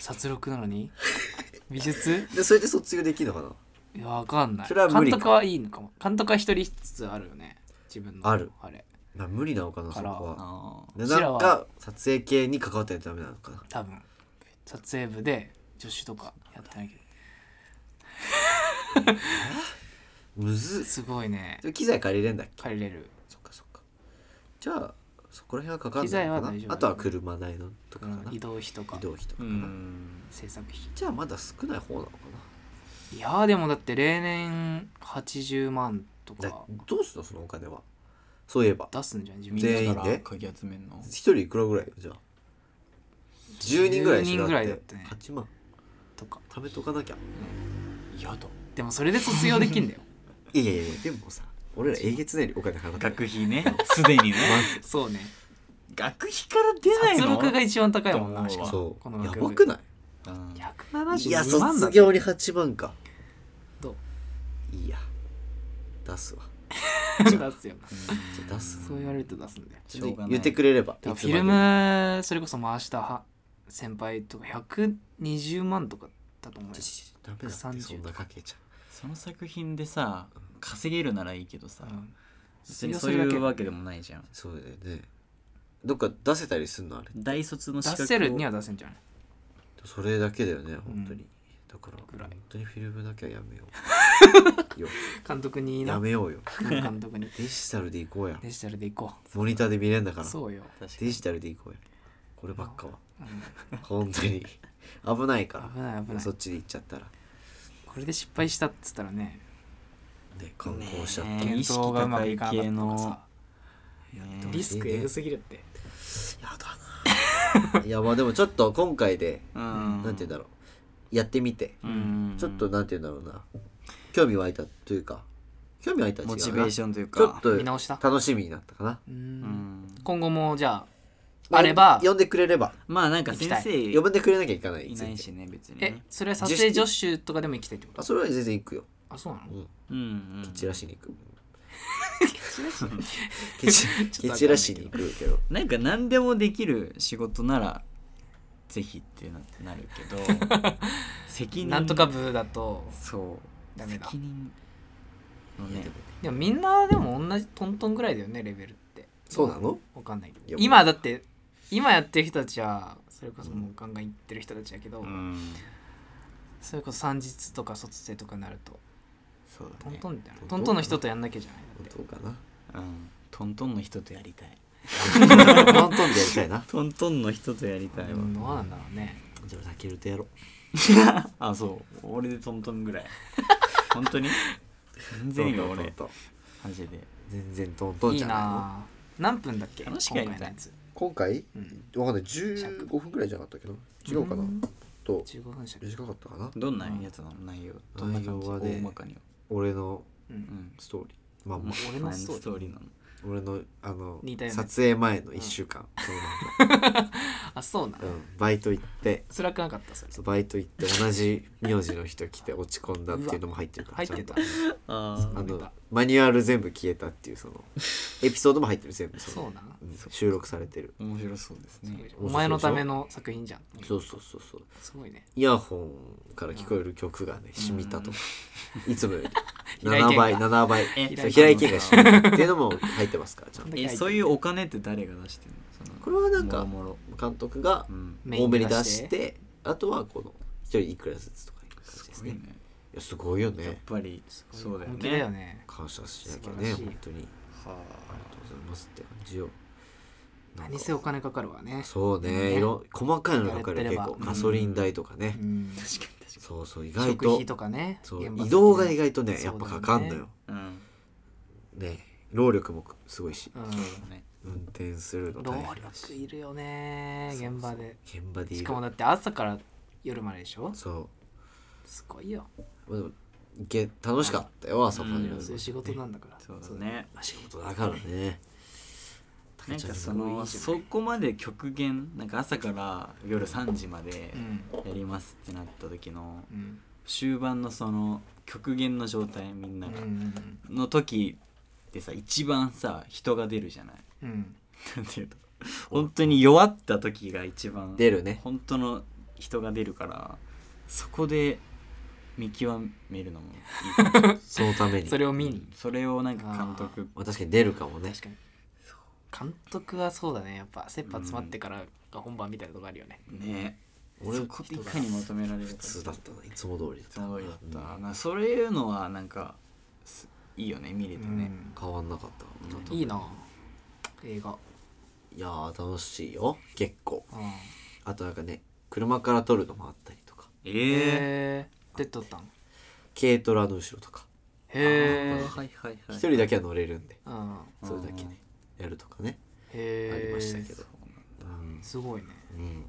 Speaker 3: 殺戮なのに 美術
Speaker 2: でそれで卒業できるのかない
Speaker 3: やわかんない
Speaker 2: それは無理
Speaker 3: 監
Speaker 2: か
Speaker 3: 督はいいのかも監督は一人ずつあるよね自分の
Speaker 2: ある
Speaker 3: あれ
Speaker 2: まあ無理なのかな
Speaker 3: か
Speaker 2: そこ
Speaker 3: ら
Speaker 2: は
Speaker 1: あー
Speaker 2: で
Speaker 3: うちら
Speaker 2: なん
Speaker 3: は
Speaker 2: か撮影系に関わってないとダメなのかな
Speaker 3: 多分撮影部で助手とかやってないけど
Speaker 2: むずい
Speaker 3: すごいね
Speaker 2: で機材借りれんだっけ
Speaker 3: 借りれる
Speaker 2: そっかそっかじゃあそこら辺はかかん
Speaker 3: 機
Speaker 2: ない
Speaker 3: 材
Speaker 2: の
Speaker 3: は
Speaker 2: か
Speaker 3: 大丈夫
Speaker 2: なあとは車代のとかかな
Speaker 3: 移
Speaker 2: 移
Speaker 3: 動費とか
Speaker 2: 動費
Speaker 1: う
Speaker 2: とかかな、
Speaker 1: ん
Speaker 3: 制作費
Speaker 2: じゃあまだ少ない方なのか
Speaker 3: いやーでもだって例年80万と
Speaker 2: な
Speaker 3: か
Speaker 2: だどうすんのそのお金はそういえば
Speaker 3: 出すんじゃん自
Speaker 1: み
Speaker 3: 分
Speaker 2: 全員
Speaker 1: ん
Speaker 2: で
Speaker 1: なから鍵集めんの
Speaker 2: 一人いくらぐらいよじゃあ10人ぐらいでしょ
Speaker 3: 10人ぐらいだってね
Speaker 2: 8万
Speaker 3: とか
Speaker 2: 貯めとかなきゃ
Speaker 1: 嫌だ
Speaker 3: でもそれで卒業できん だよ
Speaker 2: いやいやいやでもさ俺らえげつないお金払ってる
Speaker 1: 学費ねすで にね
Speaker 3: そうね
Speaker 1: 学費から出ない
Speaker 3: 殺
Speaker 1: の
Speaker 3: 戮が一番高いもんな
Speaker 1: と
Speaker 3: し
Speaker 1: 思う
Speaker 3: か
Speaker 1: わ
Speaker 3: も
Speaker 2: そ
Speaker 3: この
Speaker 2: うや
Speaker 3: 学部
Speaker 2: ばくない
Speaker 1: うん
Speaker 3: 170
Speaker 2: いや
Speaker 3: 万なんだ
Speaker 2: 卒業に8万か
Speaker 3: どう
Speaker 2: いいや出すわ
Speaker 3: 出すよ
Speaker 2: じゃあ出す
Speaker 3: そう言われると出すんだよ
Speaker 1: しょうがない
Speaker 2: 言ってくれれば
Speaker 3: だから
Speaker 2: いつ
Speaker 3: フ
Speaker 2: ま
Speaker 3: ィ
Speaker 2: で
Speaker 3: ルムそれこそ回したは先輩とか120万とかだと思うよ
Speaker 2: ちょちょちょダメだって
Speaker 3: 130
Speaker 2: そんなかけちゃう
Speaker 1: その作品でさ稼げるならいいけどさ
Speaker 3: うん
Speaker 1: 別にそういうわけでもないじゃん
Speaker 2: そうだよねどっか出せたりすんのあれ
Speaker 1: 大卒の資格
Speaker 3: 出
Speaker 1: を
Speaker 3: せるには出せんじゃない
Speaker 2: それだけだよね本当に、
Speaker 3: うん
Speaker 2: だから
Speaker 3: ぐらい
Speaker 2: 本当にフィルムだけはやめよ うよ
Speaker 3: 監督にな
Speaker 2: やめようよ
Speaker 3: 監督に
Speaker 2: デジタルで行こうや
Speaker 3: デジタルで行こ
Speaker 2: モニターで見れんだか
Speaker 3: う
Speaker 2: ら
Speaker 3: そうよ、
Speaker 1: 確か
Speaker 2: デ
Speaker 1: に
Speaker 2: ジタルで行こうやこればっかは
Speaker 3: うん
Speaker 2: 本当に危ないから
Speaker 3: 危ない危ない
Speaker 2: そっちで行っちゃったら
Speaker 3: これで失敗したっつったらね
Speaker 2: ね観光しちゃって、
Speaker 1: ねえ
Speaker 3: 検討がうまくいかなかったとかさ
Speaker 1: ね
Speaker 3: リスクエグすぎるって
Speaker 2: いやまあでもちょっと今回で、
Speaker 1: うん
Speaker 2: なんて言うんだろうやってみて、
Speaker 1: うん
Speaker 2: ちょっとなんて言うんだろうな興味湧いたというか興味湧いたは違うな
Speaker 1: モチベーションという
Speaker 2: ちょ
Speaker 1: か
Speaker 2: っと
Speaker 3: 見直した
Speaker 2: 楽しみになったかな
Speaker 3: う
Speaker 1: うんん
Speaker 3: 今後もじゃああれば
Speaker 2: 呼んでくれれば
Speaker 1: まあなんか先
Speaker 3: 行きた
Speaker 1: 生
Speaker 2: 呼んでくれなきゃいかない
Speaker 1: いないしね別に
Speaker 3: え
Speaker 1: ね
Speaker 3: それは撮影助手とかでも行きたいってこ
Speaker 2: あ
Speaker 3: と
Speaker 2: それは全然行くよ
Speaker 3: あそうなの
Speaker 1: うんうん
Speaker 2: チラシに行くケチケチらしに行くけど
Speaker 1: なんか何でもできる仕事ならぜひってななるけど 責任
Speaker 3: なんとか部だと
Speaker 1: そう
Speaker 3: ダメだ
Speaker 1: 責任のね
Speaker 3: でもみんなでも同じトントンぐらいだよねレベルって
Speaker 2: そうなの
Speaker 3: わかんないけ
Speaker 2: いや
Speaker 3: ど今だって今やってる人たちはそれこそもうガンガン行ってる人たちだけど、
Speaker 1: うん
Speaker 3: それこそ三日とか卒生とかになると
Speaker 1: そうだ
Speaker 3: トン
Speaker 1: ね
Speaker 3: トンみたいな
Speaker 2: ね
Speaker 3: トントンの人とやんなきゃじゃないだ
Speaker 2: どうかな
Speaker 1: うんトントンの人とやりたい
Speaker 2: トントンでやりたいな
Speaker 1: トントンの人とやりたい
Speaker 3: って
Speaker 1: わ、
Speaker 3: うんどうなんだろうね
Speaker 2: じゃあタケルとやろう
Speaker 1: あそう俺でトントンぐらい本当に全然いいわ俺
Speaker 2: トントントント
Speaker 1: マ
Speaker 2: ン
Speaker 1: ジで
Speaker 2: 全然トントン
Speaker 3: いい
Speaker 2: じゃないの
Speaker 3: なぁ何分だっけ今
Speaker 1: 楽しくや
Speaker 3: 回
Speaker 1: りた
Speaker 3: の
Speaker 1: い
Speaker 3: やつ、
Speaker 2: 今回
Speaker 3: うん、
Speaker 2: わかんない15分くらいじゃなかったっけど違うかな
Speaker 3: うん
Speaker 2: と
Speaker 3: 15分尺
Speaker 2: 短かったかな
Speaker 1: どんなやつなの内容どんな感じ
Speaker 2: 内容はね
Speaker 1: 大まかには
Speaker 2: 俺の
Speaker 1: うん
Speaker 2: ストーリーまあまあ
Speaker 3: 俺のストーリ
Speaker 1: 何ーリ
Speaker 3: ー
Speaker 1: ーなの
Speaker 2: 俺のあの
Speaker 3: 似たようなやつ
Speaker 2: 撮影前の1週間 その
Speaker 3: あそうなの、
Speaker 2: うんバイト行って
Speaker 3: 辛くなかったそれ
Speaker 2: そうバイト行って同じ名字の人来て落ち込んだっていうのも入ってるから
Speaker 3: 入ってた
Speaker 2: ちゃんと
Speaker 1: あ
Speaker 2: あ
Speaker 1: あ
Speaker 2: のマニュアル全部消えたっていうそのエピソードも入ってる全部
Speaker 3: そう
Speaker 2: の
Speaker 3: なの
Speaker 2: うん収録されてる
Speaker 1: 面白そうですね
Speaker 3: お前のための作品じゃん
Speaker 2: そうそうそうそう
Speaker 3: すごいね
Speaker 2: イヤホンから聞こえる曲がね染みたとかいつもより
Speaker 3: 平井堅
Speaker 2: 7倍
Speaker 3: が
Speaker 2: 7倍
Speaker 1: え
Speaker 2: そう平井堅が染みたっていうのも入ってますからちゃんと
Speaker 1: えそういうお金って誰が出してるのその
Speaker 2: これはなんか
Speaker 1: もろも
Speaker 2: 監督が
Speaker 1: ろうん
Speaker 3: メイ
Speaker 2: 多
Speaker 3: ン
Speaker 2: め
Speaker 3: で
Speaker 2: に
Speaker 3: 出
Speaker 2: 出
Speaker 3: し
Speaker 2: しててあとはこの一人いくらずつとかいう感じです
Speaker 1: すごい
Speaker 2: ね
Speaker 1: ね
Speaker 2: いやすごいよ
Speaker 1: やっ
Speaker 2: ね
Speaker 1: ぱりそうだよ
Speaker 3: 本気だよ
Speaker 1: ね
Speaker 3: ね
Speaker 2: 感謝しなきゃ
Speaker 3: 素晴
Speaker 2: ね
Speaker 3: らしい
Speaker 2: 本当に
Speaker 1: は
Speaker 2: ありがとうございますって感じよなんか
Speaker 3: 何せお金かかるわね
Speaker 2: そうね
Speaker 3: ね
Speaker 2: いろ細かいのがかかる
Speaker 3: やれて
Speaker 2: 結
Speaker 3: れば
Speaker 2: 構ガソリン代とかね
Speaker 3: うん
Speaker 1: 確かに確か
Speaker 2: そうそう意外
Speaker 3: 食
Speaker 2: と
Speaker 3: 費とかね
Speaker 2: そう
Speaker 3: 現場先
Speaker 2: 移動が意外とね
Speaker 3: そう
Speaker 2: や
Speaker 3: だ
Speaker 2: っ
Speaker 3: ね
Speaker 2: ぱかかんのよ
Speaker 1: にうん
Speaker 2: ね労力もすごいし
Speaker 1: そうだね
Speaker 2: 運転する
Speaker 3: う
Speaker 2: の
Speaker 3: ん労
Speaker 2: 大変だ
Speaker 3: 力
Speaker 2: し
Speaker 3: いるよね現場で
Speaker 2: 現場でい
Speaker 3: し
Speaker 2: る
Speaker 3: かもだって朝から夜まででしょ
Speaker 2: そ
Speaker 3: すごいよ
Speaker 2: うまあでもいけ楽しかったよ朝まで
Speaker 1: うん
Speaker 3: そういう仕事なんだから
Speaker 1: そうだね
Speaker 2: まあ仕事だからね
Speaker 1: なんかそ
Speaker 2: い
Speaker 1: の
Speaker 2: い
Speaker 1: そこまで極限なんか朝から夜3時まで
Speaker 3: うん
Speaker 1: やりますってなった時の
Speaker 3: うん
Speaker 1: 終盤のその極限の状態みん
Speaker 3: う
Speaker 1: なが
Speaker 3: ん
Speaker 1: の時ってさ一番さ人が出るじゃない
Speaker 3: うん
Speaker 1: なんていうの本当に弱った時が一番
Speaker 2: 出るね
Speaker 1: 本当の人が出るからそこで見極めるの もいいかもしれない
Speaker 2: そのために
Speaker 3: それを見に
Speaker 1: それをなんか監督
Speaker 2: まあ確かに出るかもね
Speaker 3: 確かに監督はそうだねやっぱ切羽詰まってからが本番みたいなとこあるよね
Speaker 1: ね
Speaker 2: 俺
Speaker 1: そこでいかに求められるか
Speaker 2: 普通だったないつも通りだっ
Speaker 1: つ
Speaker 2: た
Speaker 1: ながりだった、
Speaker 2: うん
Speaker 1: なそういうのはなんかすいいよね見れてね、
Speaker 2: 変わんなかった
Speaker 3: うんいいな映画
Speaker 2: いやー楽しいよ結構
Speaker 3: うん
Speaker 2: あとなんかね車から撮るのもあったりとか
Speaker 1: え
Speaker 3: へ
Speaker 1: ー、
Speaker 3: え出とったん
Speaker 2: 軽トラの後ろとか
Speaker 3: へえ
Speaker 1: あはいはいはい
Speaker 2: 一人だけは乗れるんで
Speaker 3: うん
Speaker 2: それだけねやるとかね
Speaker 3: へ
Speaker 2: あ
Speaker 3: え
Speaker 2: りましたけどうん
Speaker 3: すごいね
Speaker 2: うん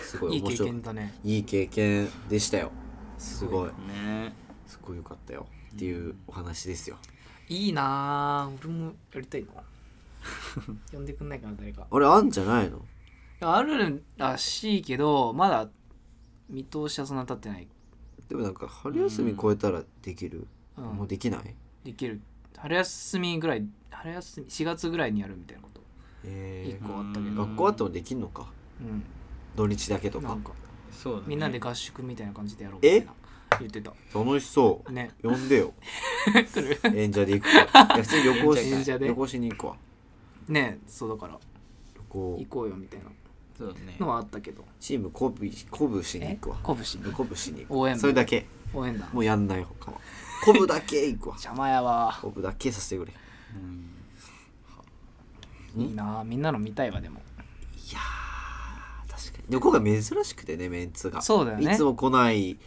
Speaker 2: すご
Speaker 3: い
Speaker 2: い
Speaker 3: い
Speaker 2: 面
Speaker 3: 経
Speaker 2: 白い
Speaker 3: 験だね
Speaker 2: いい経験でしたよすごい
Speaker 1: ね
Speaker 2: すごい良かったよっていうお話ですよ
Speaker 3: いいなぁ俺もやりたいな呼んでくんないかな誰か
Speaker 2: あれあんじゃないの
Speaker 3: あるらしいけどまだ見通しはそんな立ってない、
Speaker 2: でもなんか春休み超えたらできる
Speaker 3: うん
Speaker 2: もうできない
Speaker 3: できる春休みぐらい春休み4月ぐらいにやるみたいなこと
Speaker 2: え
Speaker 3: 一
Speaker 2: ー
Speaker 3: 個あっ
Speaker 1: う
Speaker 3: たけ
Speaker 1: ん
Speaker 3: ど
Speaker 2: 学校あってもできんのか
Speaker 3: うん、
Speaker 2: 土日だけと
Speaker 3: な
Speaker 2: か
Speaker 3: んか
Speaker 1: そうだね
Speaker 3: みんなで合宿みたいな感じでやろうみた
Speaker 2: え
Speaker 3: いな言ってた
Speaker 2: 楽しそう
Speaker 3: ね
Speaker 2: 呼んでよ
Speaker 3: 来る
Speaker 2: 演者で行くかいや普通に旅行
Speaker 3: 演
Speaker 2: し
Speaker 3: 者で
Speaker 2: 旅行しに行くわ
Speaker 3: ねそうだから
Speaker 2: 旅行
Speaker 3: 行こうよみたいな
Speaker 1: そうだね
Speaker 3: のはあったけど
Speaker 2: チーム鼓舞鼓舞しに行くわ
Speaker 3: え拳
Speaker 2: 鼓舞しに行く
Speaker 3: 応援部
Speaker 2: それだけ
Speaker 3: 応援団
Speaker 2: もうやんない他は鼓舞だけ行く わ
Speaker 3: 邪魔やわ
Speaker 2: 鼓舞だけさせてくれ
Speaker 1: うん
Speaker 3: いいなぁみんなの見たいわでも
Speaker 2: 確かにでも今回珍しくてねメンツが
Speaker 3: そうだよね
Speaker 2: いつも来ない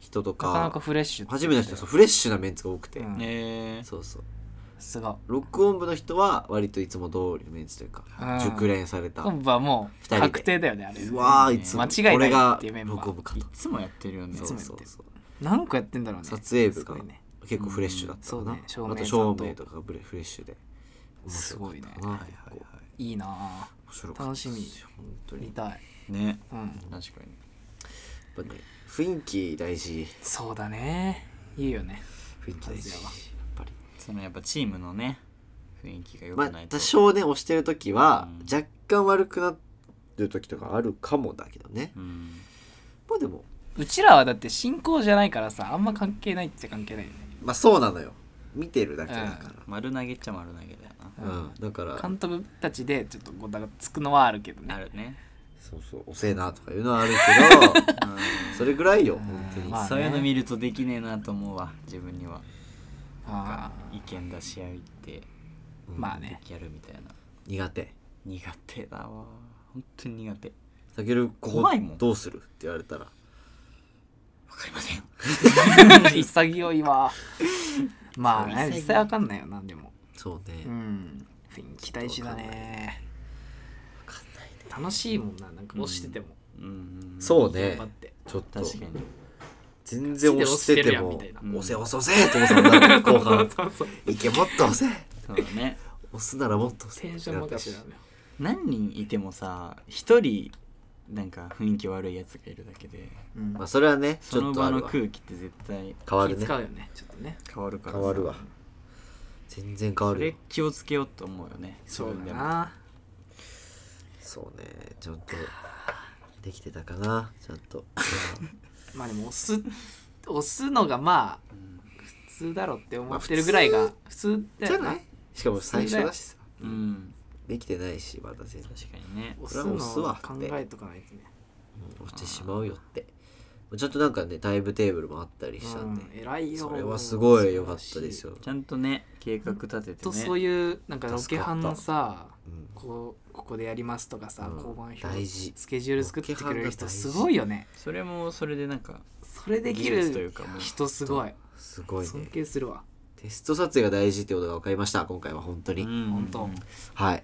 Speaker 2: 人と
Speaker 3: なかなか
Speaker 2: か
Speaker 3: フレッシュって
Speaker 2: 初めての人そうフレッシュなメンツが多くて、
Speaker 3: うん
Speaker 1: ねえ
Speaker 2: そうそう
Speaker 3: すが
Speaker 2: 録音部の人は割といつも通りのメンツというか
Speaker 3: うん
Speaker 2: 熟練された
Speaker 3: 今晩もう
Speaker 2: 二人で
Speaker 3: 確定だよねあれ
Speaker 2: うわーいつも
Speaker 3: 間違い
Speaker 2: 俺
Speaker 3: ない
Speaker 2: が
Speaker 3: っていうメンバー
Speaker 2: 録音部か
Speaker 1: い
Speaker 2: と
Speaker 1: つもやってるよね
Speaker 2: そうそう
Speaker 3: いつ
Speaker 2: そう
Speaker 3: 何個やってんだろうね
Speaker 2: 撮影部
Speaker 3: すご
Speaker 2: が
Speaker 3: いね
Speaker 2: 結構フレッシュだったかな、
Speaker 3: うんそうね
Speaker 2: あと
Speaker 3: 照明さん
Speaker 2: 照
Speaker 3: と
Speaker 2: 明とかがフレッシュで面白かった
Speaker 3: す
Speaker 2: な
Speaker 1: はいはい
Speaker 2: 結構
Speaker 1: はい
Speaker 3: いいなあ
Speaker 2: 面白かったですよ
Speaker 3: 楽し
Speaker 2: 本当に
Speaker 3: 見
Speaker 2: や
Speaker 3: たい
Speaker 1: ね
Speaker 3: うん
Speaker 1: 確かに
Speaker 2: っぱね雰囲気大事
Speaker 3: そうだねいいよね
Speaker 2: 雰囲気大事
Speaker 3: 大
Speaker 2: や
Speaker 3: 事だわ
Speaker 2: っぱり
Speaker 1: そのやっぱチームのね雰囲気が良
Speaker 2: ま
Speaker 1: く
Speaker 2: あ
Speaker 1: ないと、
Speaker 2: 多少ね押してる時は
Speaker 1: うん
Speaker 2: 若干悪くなってる時とかあるかもだけどね
Speaker 1: うん
Speaker 2: まあでも
Speaker 3: うちらはだって信仰じゃないからさあんま関係ないっちゃ関係ないよね
Speaker 2: まあそうなのよ見てるだけだから
Speaker 1: 丸投げっちゃ丸投げだよ
Speaker 3: う
Speaker 2: うんん、だから
Speaker 3: 監督たちでちょっとごたがつくのはあるけど
Speaker 1: なあ
Speaker 3: ね
Speaker 1: るね、
Speaker 2: そうそう遅えなとかいうのはあるけどそれぐらいよ
Speaker 3: うん
Speaker 2: 本当に、
Speaker 3: まあね
Speaker 1: そういうの見るとできねえなと思うわ自分には
Speaker 3: あ
Speaker 1: 意見出し合いって
Speaker 2: うん
Speaker 3: ーまあね
Speaker 1: やるみたいな
Speaker 2: 苦手
Speaker 1: 苦手だわ本当に苦手わ
Speaker 2: たけるここ
Speaker 1: 怖いもん
Speaker 2: どうするって言われたら
Speaker 1: かりません
Speaker 3: 潔い わまあね
Speaker 1: 潔い
Speaker 3: 実際わかんないよなでも
Speaker 2: そうね、
Speaker 3: うん雰囲気大事だね楽しいもんななんか押してても、
Speaker 1: うん
Speaker 2: そう
Speaker 3: 頑
Speaker 2: ね
Speaker 3: 張って
Speaker 2: ちょっと
Speaker 1: 確かに
Speaker 2: 全然押してて
Speaker 3: ガチで押し
Speaker 2: も
Speaker 3: てるやんみたいな
Speaker 2: 押せ押せ押せって押さな後
Speaker 3: そ
Speaker 2: 半
Speaker 3: うそうそう
Speaker 2: いけもっと押せ
Speaker 1: そうだね
Speaker 2: 押すならもっと押せ
Speaker 3: テンション任せなのよ
Speaker 1: 何人いてもさ一人なんか雰囲気悪いやつがいるだけで
Speaker 3: うん
Speaker 2: まあそれはねち
Speaker 1: そ
Speaker 2: ょ
Speaker 1: の
Speaker 2: っと
Speaker 1: 場
Speaker 2: ある
Speaker 1: の
Speaker 2: わ
Speaker 1: 空気って絶対
Speaker 2: 変わる
Speaker 3: 気
Speaker 2: ね
Speaker 3: 使うよねちょっとね
Speaker 1: 変わるから
Speaker 2: 変わるわ全然変
Speaker 1: そ
Speaker 2: わる
Speaker 1: れ
Speaker 2: よ
Speaker 1: 気をつけようと思うよね
Speaker 3: そうだ
Speaker 1: 自分でも
Speaker 3: な
Speaker 2: そうねちょっとできてたかなちゃんと
Speaker 3: まあでも押す押すのがまあ
Speaker 1: ん
Speaker 3: 普通だろって思ってるぐらいが普通だ
Speaker 2: じゃ
Speaker 3: よ
Speaker 2: な
Speaker 3: ない
Speaker 2: しかも最初だしさ
Speaker 1: うん
Speaker 2: できてないしまだ全然
Speaker 1: 確かにね
Speaker 3: 押す
Speaker 2: これは押す
Speaker 3: のを
Speaker 2: わ
Speaker 3: 考
Speaker 2: って
Speaker 3: えとかないとね
Speaker 2: うん落ちてしまうよってちょっとなんかねタイムテーブルもあったりしたんで、
Speaker 3: うん偉いよ
Speaker 2: それはすごい良かったですよ
Speaker 1: ちゃんとね計画立て
Speaker 3: と
Speaker 1: て
Speaker 3: そう
Speaker 1: ね
Speaker 3: いうなんかロケ班のさ
Speaker 2: うん
Speaker 3: こうここでやりますとかさ、
Speaker 2: うん
Speaker 3: 交番表
Speaker 2: 大事
Speaker 3: スケジュール作ってくれる人
Speaker 2: ロケ班が大事
Speaker 3: すごいよね
Speaker 1: それもそれでなんか
Speaker 3: それでき
Speaker 1: 技術という
Speaker 3: る
Speaker 1: かもう
Speaker 3: 人すごい
Speaker 2: すごい
Speaker 3: 尊
Speaker 2: ね
Speaker 3: 敬するわ
Speaker 2: テスト撮影が大事ってことが分かりました今回は本当に、
Speaker 1: うん
Speaker 3: 本当
Speaker 2: はい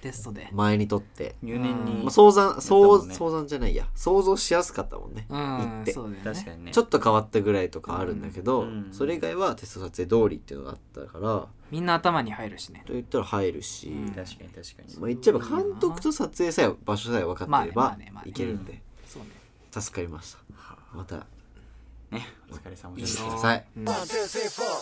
Speaker 3: テストで
Speaker 2: 前にとって、
Speaker 1: 入念
Speaker 3: うん
Speaker 1: に
Speaker 2: まあ、想像想
Speaker 1: やったもんね
Speaker 2: 想像じゃないや想像しやすかったもんね、
Speaker 3: う
Speaker 2: 行
Speaker 3: ん
Speaker 2: って
Speaker 3: そうだよね
Speaker 1: 確かにね
Speaker 2: ちょっと変わったぐらいとかあるんだけど、
Speaker 1: うんうん
Speaker 2: それ以外はテスト撮影通りっていうのがあったから
Speaker 3: みんな頭に入るしね
Speaker 2: と言ったら入るし、
Speaker 3: うん
Speaker 1: 確かに確かに
Speaker 2: まあ、言っちゃえば監督と撮影さえ場所さえ分かってれ
Speaker 3: まあ
Speaker 2: ば
Speaker 3: ねまあねまあね
Speaker 2: いけるんで、
Speaker 3: そうね
Speaker 2: 助かりましたまた
Speaker 1: ねお疲れ様で
Speaker 2: 見
Speaker 1: し
Speaker 2: せて
Speaker 1: た
Speaker 2: ください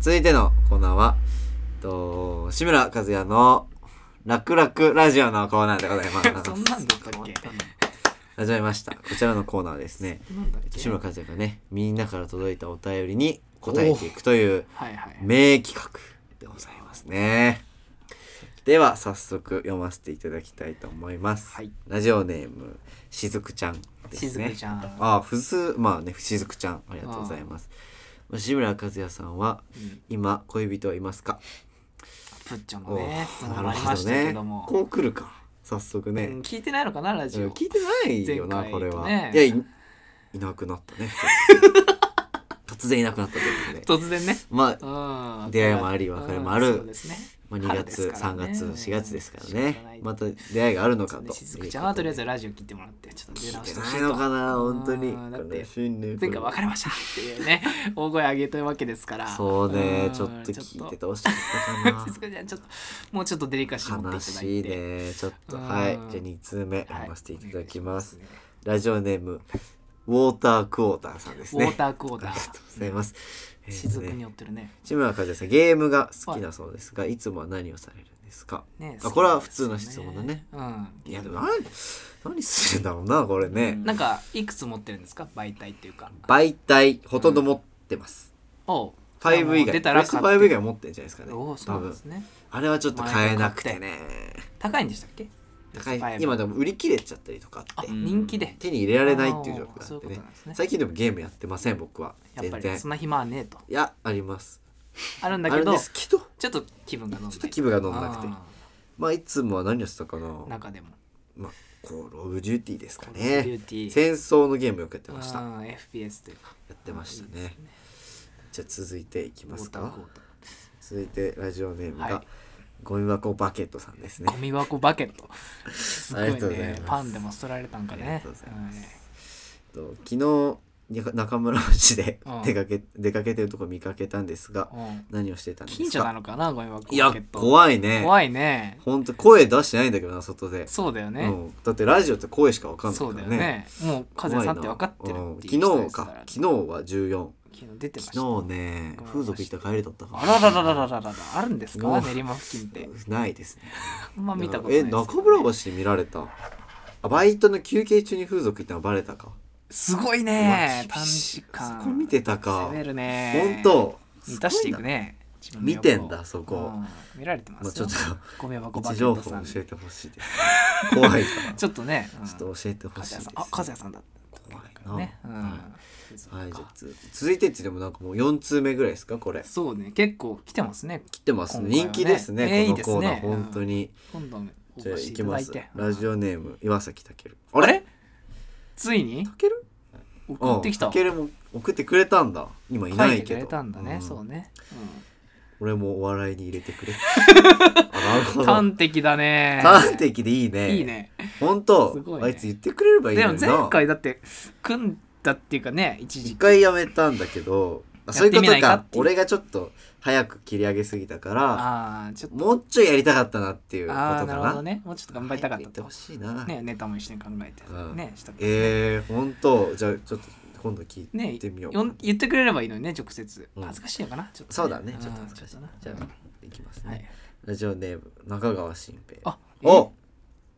Speaker 2: 続いてのコーナーは、えっと、志村和也の「らくらくラジオ」のコーナーでございます
Speaker 3: そんなんだったっけ
Speaker 2: 始めましたこちらのコーナーですね
Speaker 3: なんだっけ
Speaker 2: 志村和也がねみんなから届いたお便りに答えていくという
Speaker 3: はいはい
Speaker 2: 名企画でございますねでは早速読ませていただきたいと思います、
Speaker 3: はい
Speaker 2: ラジオネームしずくちゃんですね
Speaker 3: しずくちゃん
Speaker 2: ああ普通まあねしずくちゃんありがとうございます志村和也さんは、
Speaker 3: うん
Speaker 2: 今恋人はいますか
Speaker 3: プッチョの
Speaker 2: お
Speaker 3: ね質
Speaker 2: ー
Speaker 3: 問ありましたけども
Speaker 2: こう来るか早速ね、
Speaker 3: うん聞いてないのかなラジ
Speaker 2: う
Speaker 3: オ
Speaker 2: ん聞いてないよな
Speaker 3: 前回
Speaker 2: これは、
Speaker 3: ね
Speaker 2: いやいいなくなっ たね突然いなくなったということで
Speaker 3: 突然ね
Speaker 2: まあ
Speaker 3: うん
Speaker 2: 出会いもあり別れもある
Speaker 3: うんそうですね
Speaker 2: まあ、2
Speaker 3: 春で
Speaker 2: 月、
Speaker 3: すから
Speaker 2: 3
Speaker 3: ね
Speaker 2: 月、4月ですから
Speaker 3: 仕方な
Speaker 2: ね
Speaker 3: い。
Speaker 2: また出会いがあるのかと。
Speaker 3: しずくちゃんはとりあえずラジオ聞いてもらってちょっと出
Speaker 2: 聞
Speaker 3: 直
Speaker 2: い
Speaker 3: しててほ
Speaker 2: な
Speaker 3: しい
Speaker 2: い
Speaker 3: と
Speaker 2: のかな、本当に。
Speaker 3: うんだっ
Speaker 2: これ
Speaker 3: て
Speaker 2: 新年
Speaker 3: 前回別れましたっていうね大声上げたわけですから
Speaker 2: そうね
Speaker 3: う、ん
Speaker 2: ちょっと聞いててほしか
Speaker 3: しず
Speaker 2: っ
Speaker 3: くちゃんちょっともうちょっとデリカシー
Speaker 2: たか
Speaker 3: 持っ
Speaker 2: な。
Speaker 3: てい
Speaker 2: 悲
Speaker 3: ただい
Speaker 2: しい
Speaker 3: て
Speaker 2: ね。ちょっと、
Speaker 3: うん
Speaker 2: はい。じゃあ2通目、
Speaker 3: はい
Speaker 2: 読ませていただきます
Speaker 3: お。願いしま
Speaker 2: ラジオネーム、ウォータークォーターさんです
Speaker 3: すねウ
Speaker 2: ね。
Speaker 3: ォータークォータ
Speaker 2: ありがと
Speaker 3: ー
Speaker 2: うございます。えーとね
Speaker 3: 雫に寄ってるね
Speaker 2: 志村和也さん、ゲームが好きだそうですが、いつもは何をされるんですか
Speaker 3: ね
Speaker 2: あこれは普通の質問だね。
Speaker 3: うん
Speaker 2: いや、でも何、何するんだろうな、これね。
Speaker 3: なんかいくつ持ってるんですか媒体っていうか
Speaker 2: 媒体ほとんど持ってます、
Speaker 3: おう
Speaker 2: 5以
Speaker 3: 出
Speaker 2: 外
Speaker 3: たら
Speaker 2: プレ
Speaker 3: 買
Speaker 2: ス
Speaker 3: って
Speaker 2: 5以外持ってるんじゃないですかね
Speaker 3: おう
Speaker 2: 多
Speaker 3: そうで
Speaker 2: 分
Speaker 3: すね
Speaker 2: あれはちょっと買えなくてね
Speaker 3: 高いんでしたっけ
Speaker 2: 高い
Speaker 3: 5
Speaker 2: 今でも売り切れちゃったりとか
Speaker 3: あ
Speaker 2: あって
Speaker 1: ん
Speaker 3: 人気で
Speaker 2: 手に入れられないっていう状況
Speaker 3: あーそういうこと
Speaker 2: があって
Speaker 3: なん
Speaker 2: ね
Speaker 3: ですね
Speaker 2: 最近でもゲームやってません僕は
Speaker 3: やっ
Speaker 2: 全
Speaker 3: ぱ
Speaker 2: 然
Speaker 3: りそんな暇はねえと
Speaker 2: いやあります
Speaker 3: あるんだ
Speaker 2: あ
Speaker 3: け
Speaker 2: るん
Speaker 3: ど
Speaker 2: ですけどちょ
Speaker 3: ちょっと気分が乗んない
Speaker 2: っと気分が乗んなくて
Speaker 3: あ
Speaker 2: まあいつもは何をしてたかな
Speaker 3: ー中でも
Speaker 2: まあコール・オブ・デューティーですか
Speaker 3: コールオブデュ
Speaker 2: ね
Speaker 3: ーティー
Speaker 2: 戦争のゲームよくやってましたや
Speaker 3: あー FPS というか
Speaker 2: ってました
Speaker 3: いいで
Speaker 2: ね
Speaker 3: すね
Speaker 2: じゃあ続いていきます
Speaker 3: ウォー
Speaker 2: か
Speaker 3: ターウォーター
Speaker 2: 続いてラジオネームが、
Speaker 3: はい
Speaker 2: ゴミ箱バケットさんですね
Speaker 3: ゴミ箱バケットすご
Speaker 2: あり
Speaker 3: い
Speaker 2: がとうございま
Speaker 3: ね
Speaker 2: す
Speaker 3: パンでも捨てられたんかね
Speaker 2: ありがとうございます
Speaker 3: はい
Speaker 2: と昨日に中村町で
Speaker 3: うん
Speaker 2: 出かけ出かけてるとこ見かけたんですが
Speaker 3: うん
Speaker 2: 何をしてたんですか
Speaker 3: 近所なのかなゴミ箱
Speaker 2: いや
Speaker 3: バケット
Speaker 2: 怖いね
Speaker 3: 怖いね
Speaker 2: ほんと声出してないんだけどな外で、
Speaker 3: そうだよ
Speaker 2: う
Speaker 3: ね
Speaker 2: ん、だってラジオって声しかわかんないか
Speaker 3: そ
Speaker 2: ら
Speaker 3: うだ
Speaker 2: ね
Speaker 3: よねもう風
Speaker 2: 怖い
Speaker 3: さ
Speaker 2: なん
Speaker 3: って分かってる
Speaker 2: うん
Speaker 3: っていう人
Speaker 2: 昨
Speaker 3: で
Speaker 2: 日
Speaker 3: すら
Speaker 2: か昨日は14
Speaker 3: 昨日出てました
Speaker 2: 昨日ね風俗行った帰りだったか
Speaker 3: あらららららららあるんです
Speaker 2: も
Speaker 3: か
Speaker 2: う
Speaker 3: 練馬付近って
Speaker 2: ないですね
Speaker 3: あんま見たことない
Speaker 2: え
Speaker 3: ですけどね
Speaker 2: 中村橋で見られたあバイトの休憩中に風俗行ったのバレたか
Speaker 3: すごいうね
Speaker 2: わ厳
Speaker 3: 短
Speaker 2: しい
Speaker 3: 時間
Speaker 2: そこ見てたか
Speaker 3: 攻めるね
Speaker 2: 本当
Speaker 3: 満たしていくね自分の
Speaker 2: 見
Speaker 3: 欲を
Speaker 2: てんだそこ
Speaker 3: うん見られてますよ
Speaker 2: まあちょっ
Speaker 3: ごめん箱
Speaker 2: 位
Speaker 3: バケッ
Speaker 2: 置情
Speaker 3: ト
Speaker 2: 報
Speaker 3: さん
Speaker 2: 教えてほしいです怖いか ら
Speaker 3: ちょっとねうん
Speaker 2: ちょっと教えてほ
Speaker 3: 和
Speaker 2: しい
Speaker 3: 也
Speaker 2: です
Speaker 3: さんあ和也さんだった
Speaker 2: 怖いな
Speaker 3: ねうん
Speaker 2: はいじゃあつ続いてってでもなんかもう4通目ぐらいですかこれ
Speaker 3: そうね結構来てますね
Speaker 2: 切ってますね
Speaker 3: 今回はね
Speaker 2: 人気ですね
Speaker 3: ね
Speaker 2: このコーナ
Speaker 3: いい
Speaker 2: ー
Speaker 3: ですね
Speaker 2: 本当に
Speaker 3: 今度お
Speaker 2: じゃあ
Speaker 3: 越
Speaker 2: 行
Speaker 3: しい
Speaker 2: き
Speaker 3: た
Speaker 2: ま
Speaker 3: だい
Speaker 2: す
Speaker 3: て
Speaker 2: ラジオネーム岩崎たける
Speaker 3: あれついに
Speaker 2: たける
Speaker 3: 送ってきた
Speaker 2: たけるも送ってくれたんだ今いな
Speaker 3: 書い
Speaker 2: い
Speaker 3: て
Speaker 2: け
Speaker 3: く
Speaker 2: ど
Speaker 3: れたんだね
Speaker 2: ん
Speaker 3: そうね
Speaker 2: 俺もお笑いに入れ てくれあなるほど
Speaker 3: 端的だね
Speaker 2: 端的でいいね
Speaker 3: いいね
Speaker 2: 本当、
Speaker 3: すごいね
Speaker 2: あいつ言ってくれればいい
Speaker 3: で
Speaker 2: の
Speaker 3: も
Speaker 2: にな
Speaker 3: 前回だって組んだっていうかね一時
Speaker 2: 一
Speaker 3: 期
Speaker 2: 回やめたんだけどあそういうこ
Speaker 3: やってみな
Speaker 2: と
Speaker 3: いかっ
Speaker 2: か
Speaker 3: ていう
Speaker 2: 俺がちょっと早く切り上げすぎたから
Speaker 3: ああちょっと
Speaker 2: もうちょいやりたかったなっていうこと
Speaker 3: あ
Speaker 2: か
Speaker 3: あなるほ
Speaker 2: な
Speaker 3: どねもうちょっと頑張りたかった
Speaker 2: 早
Speaker 3: っ
Speaker 2: く言
Speaker 3: て
Speaker 2: ほしいな、
Speaker 3: ねネタも一緒に考えて
Speaker 2: うん
Speaker 3: ねしたからね
Speaker 2: えー、本当じゃあちょっと今度聞
Speaker 3: ね
Speaker 2: いてみよう
Speaker 3: よん言ってくれればいいのにね直接
Speaker 2: うん
Speaker 3: 恥ずかしいのかなちょっと
Speaker 2: そうだね
Speaker 3: ん
Speaker 2: ちょっと恥ずかしい
Speaker 3: ちょっ
Speaker 2: じゃ
Speaker 3: とな
Speaker 2: あいきますね、
Speaker 3: はい
Speaker 2: ラジオネーム中川新平
Speaker 3: あえ
Speaker 2: お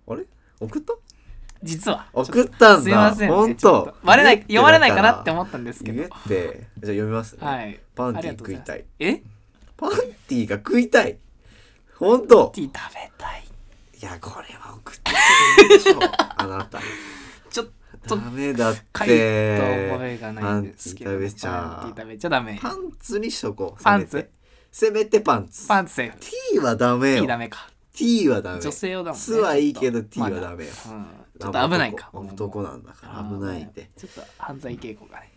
Speaker 2: あれ送った
Speaker 3: 実は
Speaker 2: 送ったんだ
Speaker 3: すいませんね
Speaker 2: 本
Speaker 3: ちょっ
Speaker 2: 当
Speaker 3: とバレない
Speaker 2: 言
Speaker 3: 読
Speaker 2: え
Speaker 3: ま
Speaker 2: だ
Speaker 3: れな
Speaker 2: ら
Speaker 3: いかなって思ったんですけ
Speaker 2: 言え
Speaker 3: ど
Speaker 2: ってじゃあ読みますね、
Speaker 3: はい
Speaker 2: パンテ
Speaker 3: あり
Speaker 2: ィ
Speaker 3: がとうご
Speaker 2: 食い
Speaker 3: ざ
Speaker 2: た
Speaker 3: ます
Speaker 2: い
Speaker 3: え
Speaker 2: パンティが食いたい本当
Speaker 3: ティー食べたい
Speaker 2: いやこれは送ってくれるでしょあなた
Speaker 3: ちょっと
Speaker 2: ダメだっ
Speaker 3: かいと覚
Speaker 2: て
Speaker 3: えがないんですけど
Speaker 2: パンティ食べちゃ
Speaker 3: パンティ食べちゃダメ
Speaker 2: パンツにしとこう
Speaker 3: パンツ
Speaker 2: せめてせめてパンツ
Speaker 3: パンツセーフ
Speaker 2: T はダメ
Speaker 3: ティ
Speaker 2: よ
Speaker 3: ーダメか
Speaker 2: T はダメ
Speaker 3: 女性用だもんね
Speaker 2: ツはいいけど
Speaker 3: ちょっ
Speaker 2: T
Speaker 3: と
Speaker 2: はダメよ
Speaker 3: まだうんちょっと危ないか
Speaker 2: まあ男男なんだから危ないんで
Speaker 3: ちょっと犯罪傾向がね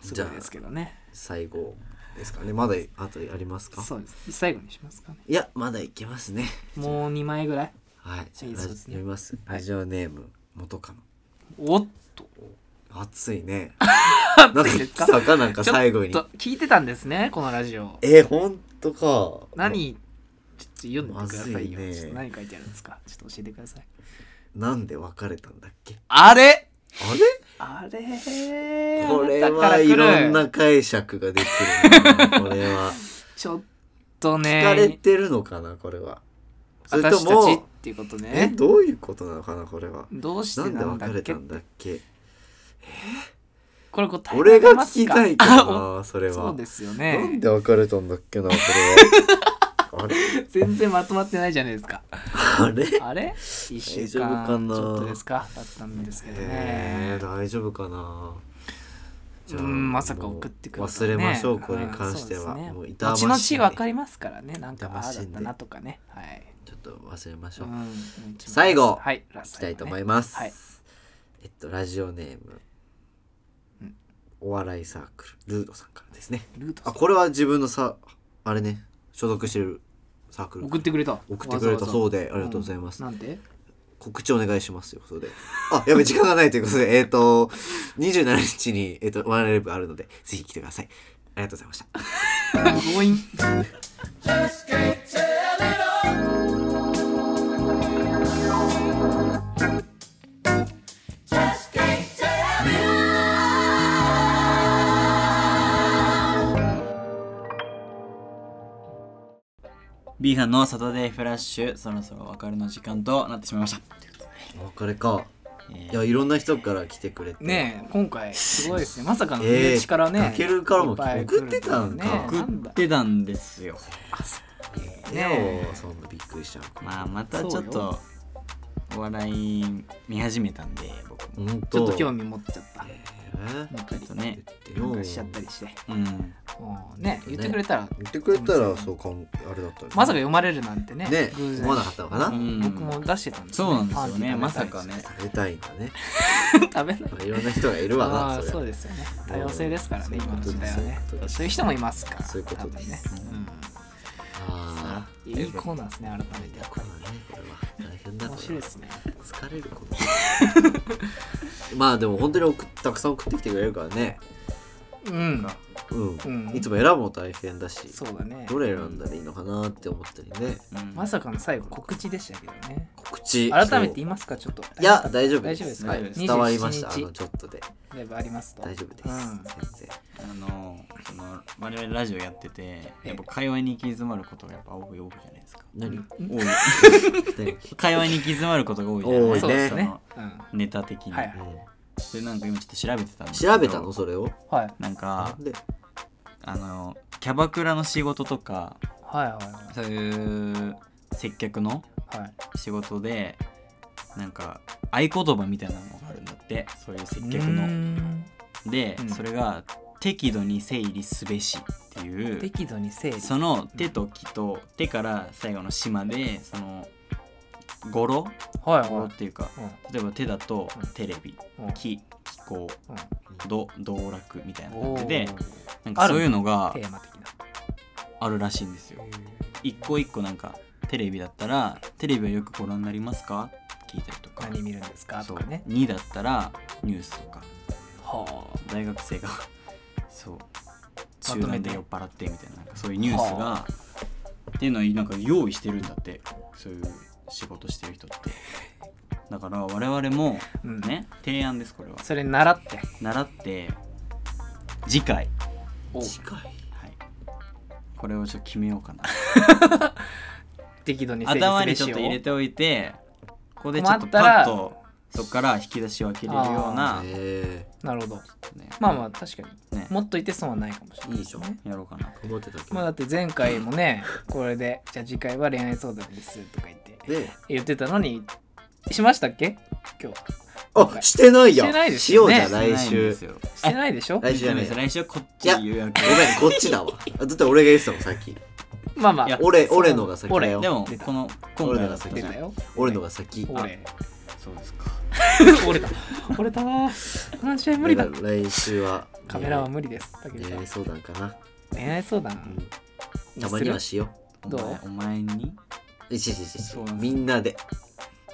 Speaker 3: す
Speaker 2: じゃ
Speaker 3: ご
Speaker 2: あ
Speaker 3: いですけどね
Speaker 2: 最後ですかねまだあとありますか
Speaker 3: そうです最後にしますかね
Speaker 2: いやまだいけますね
Speaker 3: もう2枚ぐらい
Speaker 2: はいじゃあ
Speaker 3: いいそうですね
Speaker 2: 読みます
Speaker 3: はい
Speaker 2: ラジオネーム元カノ
Speaker 3: おっと
Speaker 2: 暑い ねなんか
Speaker 3: いで
Speaker 2: 来
Speaker 3: すか
Speaker 2: たかなんか最後に
Speaker 3: ちょっと聞いてたんですねこのラジオ
Speaker 2: えー、ほんとか。
Speaker 3: 何ちょっと読んでくださいよ
Speaker 2: まずいね
Speaker 3: ちょっと何書いてあるんですかちょっと教えてください
Speaker 2: なんで別れたんだっけ
Speaker 3: あれ
Speaker 2: あ
Speaker 3: あ
Speaker 2: れ
Speaker 3: れ
Speaker 2: これ
Speaker 3: あなたから
Speaker 2: は
Speaker 3: 来
Speaker 2: い
Speaker 3: る
Speaker 2: ろんな解釈ができる な。これは。
Speaker 3: ちょっとね
Speaker 2: 疲れてるのかな、これは。それと
Speaker 3: 私たちっ
Speaker 2: も、
Speaker 3: ていうこと
Speaker 2: え、
Speaker 3: ね
Speaker 2: どういうことなのかな、これは。
Speaker 3: どうし
Speaker 2: な
Speaker 3: て
Speaker 2: んで
Speaker 3: なんだ
Speaker 2: 別
Speaker 3: っ
Speaker 2: れ
Speaker 3: け
Speaker 2: たんだっけ
Speaker 3: これ答え
Speaker 2: 俺が
Speaker 3: られます
Speaker 2: 聞きたいかな、それ
Speaker 3: あおそ
Speaker 2: は
Speaker 3: うで。すよ
Speaker 2: なん
Speaker 3: ね
Speaker 2: で別れたんだっけな、これは。あれ
Speaker 3: 全然まとまってないじゃない ですか
Speaker 2: あれ
Speaker 3: あれ一週
Speaker 2: 大丈夫か
Speaker 3: 間
Speaker 2: な
Speaker 3: ちょっとですかだったんですけどね
Speaker 2: えー、大丈夫かな。
Speaker 3: うんまさか送ってくるとはね
Speaker 2: 忘れましょう、これに関しては。
Speaker 3: うん
Speaker 2: も
Speaker 3: そうう
Speaker 2: 痛ましい
Speaker 3: ですね後々分かりますからねなんか
Speaker 2: 痛ま
Speaker 3: ああ
Speaker 2: しい
Speaker 3: だ
Speaker 2: ん
Speaker 3: っ
Speaker 2: で
Speaker 3: たなとかねはい
Speaker 2: ちょっと忘れましょう。
Speaker 3: うん
Speaker 2: 最後
Speaker 3: はいラ
Speaker 2: い
Speaker 3: ス
Speaker 2: き
Speaker 3: ト
Speaker 2: たいと思い
Speaker 3: ま
Speaker 2: ます。
Speaker 3: はい
Speaker 2: えっと、ラジオネーム、
Speaker 3: うん
Speaker 2: お笑いサークル、ルードさんからですね。
Speaker 3: すルートさ
Speaker 2: あ、
Speaker 3: ん
Speaker 2: これは自分のさ、あれね、所属してるサークル。
Speaker 3: 送ってくれた
Speaker 2: 送ってくれたそううで、ありがとうございます。
Speaker 3: んなんて
Speaker 2: 告知お願いしますよ、それで。あ、やべ、時間がないということで、えっ、 と、27日に、えっ、と、ワンライブあるので、ぜひ来てください。ありがとうございました。
Speaker 3: 強引
Speaker 1: ビーハンのサタデーフラッシュそろそろお別れの時間となってしまいました、
Speaker 2: お別れか。
Speaker 1: え
Speaker 2: いや、いろんな人から来てくれて。
Speaker 3: ねえ今回すごいですねまさかの
Speaker 2: え
Speaker 3: 身
Speaker 2: ー
Speaker 3: 内からね
Speaker 2: かけるからも
Speaker 3: いっぱい来るとはね
Speaker 2: 送ってたん
Speaker 1: 送
Speaker 3: なん
Speaker 1: っ
Speaker 3: だ
Speaker 1: てたんですよ
Speaker 2: ね
Speaker 3: ね
Speaker 2: え、そんなびっくりしちゃうから。
Speaker 1: まあまたちょっとお笑い見始めたんで僕も
Speaker 2: ほん
Speaker 3: ちょっと興
Speaker 2: 味。
Speaker 3: 味持っちゃった
Speaker 2: えー
Speaker 1: ちょっとね
Speaker 2: 言って
Speaker 3: な
Speaker 2: よ
Speaker 3: んかしちゃったりして
Speaker 1: うん
Speaker 3: うんね言ってくれたら
Speaker 2: 言ってくれたらそうかんあれだったね
Speaker 3: まさか読まれるなんてね
Speaker 2: ね
Speaker 3: 偶然
Speaker 2: 思わなかったのかな、
Speaker 1: う
Speaker 2: 食
Speaker 1: ん
Speaker 3: 僕も出してたんです
Speaker 1: そうなんですよねま
Speaker 3: パ
Speaker 1: さ
Speaker 3: ンティ
Speaker 1: かね
Speaker 2: べたいんだね、
Speaker 3: 食べない
Speaker 2: まあ、いろんな人がいるわ
Speaker 3: あ
Speaker 2: な
Speaker 3: あ
Speaker 2: そ
Speaker 3: そう
Speaker 2: れ
Speaker 3: ですよね多様性ですからね今の時代はね
Speaker 2: そういうことです
Speaker 3: そういう人もいますから
Speaker 2: そういうことです
Speaker 3: 多分ね
Speaker 2: あ
Speaker 3: うんいいコーナーですね改めて
Speaker 2: あこれはねこれは大変だこ
Speaker 3: 面
Speaker 2: れ
Speaker 3: 白い
Speaker 2: は
Speaker 3: ですね
Speaker 2: 疲れるこの まあでも本当に送ったくさん送ってきてくれるからね
Speaker 3: うん
Speaker 2: うん、
Speaker 3: うん
Speaker 2: いつも選ぶも大変だし
Speaker 3: そうだね
Speaker 2: どれ選んだらいいのかなって思ったりね
Speaker 1: うん
Speaker 3: まさかの最後告知でしたけどね
Speaker 2: 告知
Speaker 3: 改めて言いますかちょっと
Speaker 2: いや大丈夫
Speaker 3: 大
Speaker 2: で
Speaker 3: 丈夫です
Speaker 2: す
Speaker 3: か
Speaker 2: はい
Speaker 1: です
Speaker 2: 伝わりましたあ
Speaker 3: 27
Speaker 2: のちょっとで
Speaker 3: ライブありますと
Speaker 2: 大丈夫です、
Speaker 3: うん
Speaker 2: 全然
Speaker 1: あのその我々ラジオやっててやっぱ会話に行き詰まることがやっぱ多い多いじゃないですか
Speaker 2: 何
Speaker 1: 多い
Speaker 2: 何
Speaker 1: 会話に行き詰まることが多いじゃない
Speaker 2: 多
Speaker 1: で
Speaker 2: い
Speaker 1: す
Speaker 2: ね
Speaker 1: か、その
Speaker 3: うん
Speaker 1: ネタ的に、
Speaker 3: はい
Speaker 1: でなんか今ちょっと調べてたんですけど
Speaker 2: 調べたのそれを
Speaker 3: はい
Speaker 1: なんか
Speaker 2: で
Speaker 1: あのキャバクラの仕事とか
Speaker 3: はいは
Speaker 1: そういう接客の
Speaker 3: いはい
Speaker 1: 仕事でなんか合言葉みたいなのがあるんだってそういう接客
Speaker 3: うー
Speaker 1: の
Speaker 3: ん
Speaker 1: で、
Speaker 3: うん
Speaker 1: それが「適度に整理すべし」っていう
Speaker 3: 適度に整理
Speaker 1: その手と木と手から最後の「までその語呂
Speaker 3: はい
Speaker 1: 語呂
Speaker 3: は
Speaker 1: っていうか
Speaker 3: いうん
Speaker 1: 例えば手だと
Speaker 3: うん
Speaker 1: テレビ
Speaker 3: うん
Speaker 1: 木気候
Speaker 3: うん
Speaker 1: 度道楽みたいな感
Speaker 3: お
Speaker 1: じ
Speaker 3: ー
Speaker 1: でなんかそういうのが
Speaker 3: テーマ的な
Speaker 1: あるらしいんですよ一個一個なんかテレビだったら「テレビはよくご覧になりますか?」聞いたりとか
Speaker 3: 何見るんですかと
Speaker 1: そう
Speaker 3: かね
Speaker 1: 2だったらニュースとか
Speaker 3: は
Speaker 1: 大学生 がそう
Speaker 3: と
Speaker 1: 集
Speaker 3: めて
Speaker 1: 団で酔っ払ってみたいななんかそういうニュースがっていうのをなんか用意してるんだってそういう仕事してる人 ってだから我々も
Speaker 3: あうん
Speaker 1: ね提案ですこれは
Speaker 3: それ習って
Speaker 1: 習って次回、
Speaker 2: 近い
Speaker 1: はい、これをちょっと決めようかな
Speaker 3: 適度に整理
Speaker 1: 頭
Speaker 3: す
Speaker 1: に
Speaker 3: べ
Speaker 1: ちょっ
Speaker 3: し
Speaker 1: と
Speaker 3: を
Speaker 1: 入れておいてここでちょ
Speaker 3: 困
Speaker 1: っ
Speaker 3: っ
Speaker 1: と
Speaker 3: た
Speaker 1: パ
Speaker 3: ら
Speaker 1: ッとそこから引き出しを開けれるような、
Speaker 2: え
Speaker 3: なるほど
Speaker 1: ね
Speaker 3: まあまあ確かに、
Speaker 1: ね
Speaker 3: もっといて損はないかもしれない
Speaker 2: いいじゃん
Speaker 1: やろうかな
Speaker 2: ー、思ってたけど、
Speaker 3: まあだって前回もねこれでじゃあ次回は恋愛相談ですとか言って
Speaker 2: で
Speaker 3: 言ってたのにしましたっけ今日
Speaker 2: あしてないや
Speaker 3: してないです
Speaker 2: しよ
Speaker 3: よ
Speaker 2: う
Speaker 3: ね
Speaker 2: じゃあ
Speaker 1: してない
Speaker 2: 来
Speaker 1: んで
Speaker 2: 週
Speaker 1: すよ
Speaker 3: してないでしょ
Speaker 2: 来週じゃない
Speaker 1: そうです来週はこっち
Speaker 2: いや
Speaker 1: 予約
Speaker 2: ごめんこっちだわあだって俺が言ってたもんさっき
Speaker 3: まあま
Speaker 1: いや
Speaker 3: あ
Speaker 2: 俺俺のが先だよ
Speaker 1: でも
Speaker 3: 出た
Speaker 1: この今回はそう
Speaker 3: 出たよ
Speaker 2: 俺のが先
Speaker 3: 俺
Speaker 1: そうですか
Speaker 3: 折れた折れたなこの試合無理だ
Speaker 2: だから来週は
Speaker 3: カメラは無理ですだけ
Speaker 2: 恋
Speaker 3: ど
Speaker 2: 愛相談かな、
Speaker 3: 恋愛相
Speaker 2: う
Speaker 3: 談
Speaker 2: んたまにはしよ
Speaker 1: お
Speaker 3: どう
Speaker 1: 前お前に
Speaker 2: ういちいちいちいち
Speaker 1: そうなんです
Speaker 2: みんなで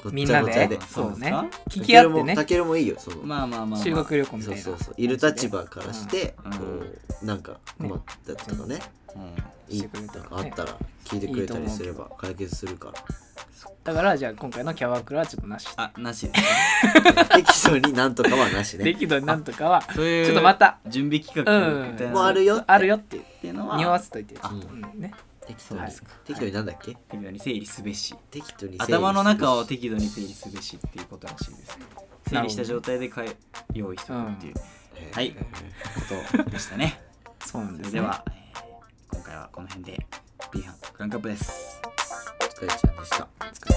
Speaker 2: ごっ
Speaker 3: みん
Speaker 2: ちゃ
Speaker 3: な
Speaker 2: ごちゃ
Speaker 3: で
Speaker 2: で
Speaker 3: そうね
Speaker 1: そうで
Speaker 3: 聞き合ってね
Speaker 2: たけるもいいよその、
Speaker 1: まあまあまあ、まあ、
Speaker 3: 修学旅行み
Speaker 2: そ
Speaker 3: たいうな
Speaker 2: そうそういる立場からして、
Speaker 1: うん
Speaker 2: こうなんか困ったとかね
Speaker 1: うん
Speaker 2: いい
Speaker 3: してくれたらね
Speaker 2: あったら聞いてくれたりすれば解決するから
Speaker 3: だからじゃあ今回のキャバクラはちょっとなし
Speaker 1: あなしですか
Speaker 2: 適度になんとかはなしね
Speaker 3: 適度になんとかは
Speaker 1: そういう
Speaker 3: ちょっとまた
Speaker 1: 準備企
Speaker 3: う
Speaker 1: 画
Speaker 3: ん
Speaker 1: みたいな
Speaker 2: もうあるよ
Speaker 3: あるよっていう
Speaker 1: っていうのは
Speaker 3: 匂わせといてちょ
Speaker 1: あ
Speaker 3: っとうんね
Speaker 2: 適度に、
Speaker 3: はい
Speaker 2: 適度になんだっけ
Speaker 1: 適度に整理すべし
Speaker 2: 適度に整理する
Speaker 1: 頭の中を適度に整理すべしっていうことらしいですね整理した状態でかい用意しておくっていうはいことでしたね
Speaker 3: そうなん
Speaker 1: そ
Speaker 3: で
Speaker 1: れ
Speaker 3: す
Speaker 1: で
Speaker 3: ね
Speaker 1: は、えー今回はこの辺で B 班クランクアップです
Speaker 2: お疲れちゃんでした
Speaker 3: お疲れ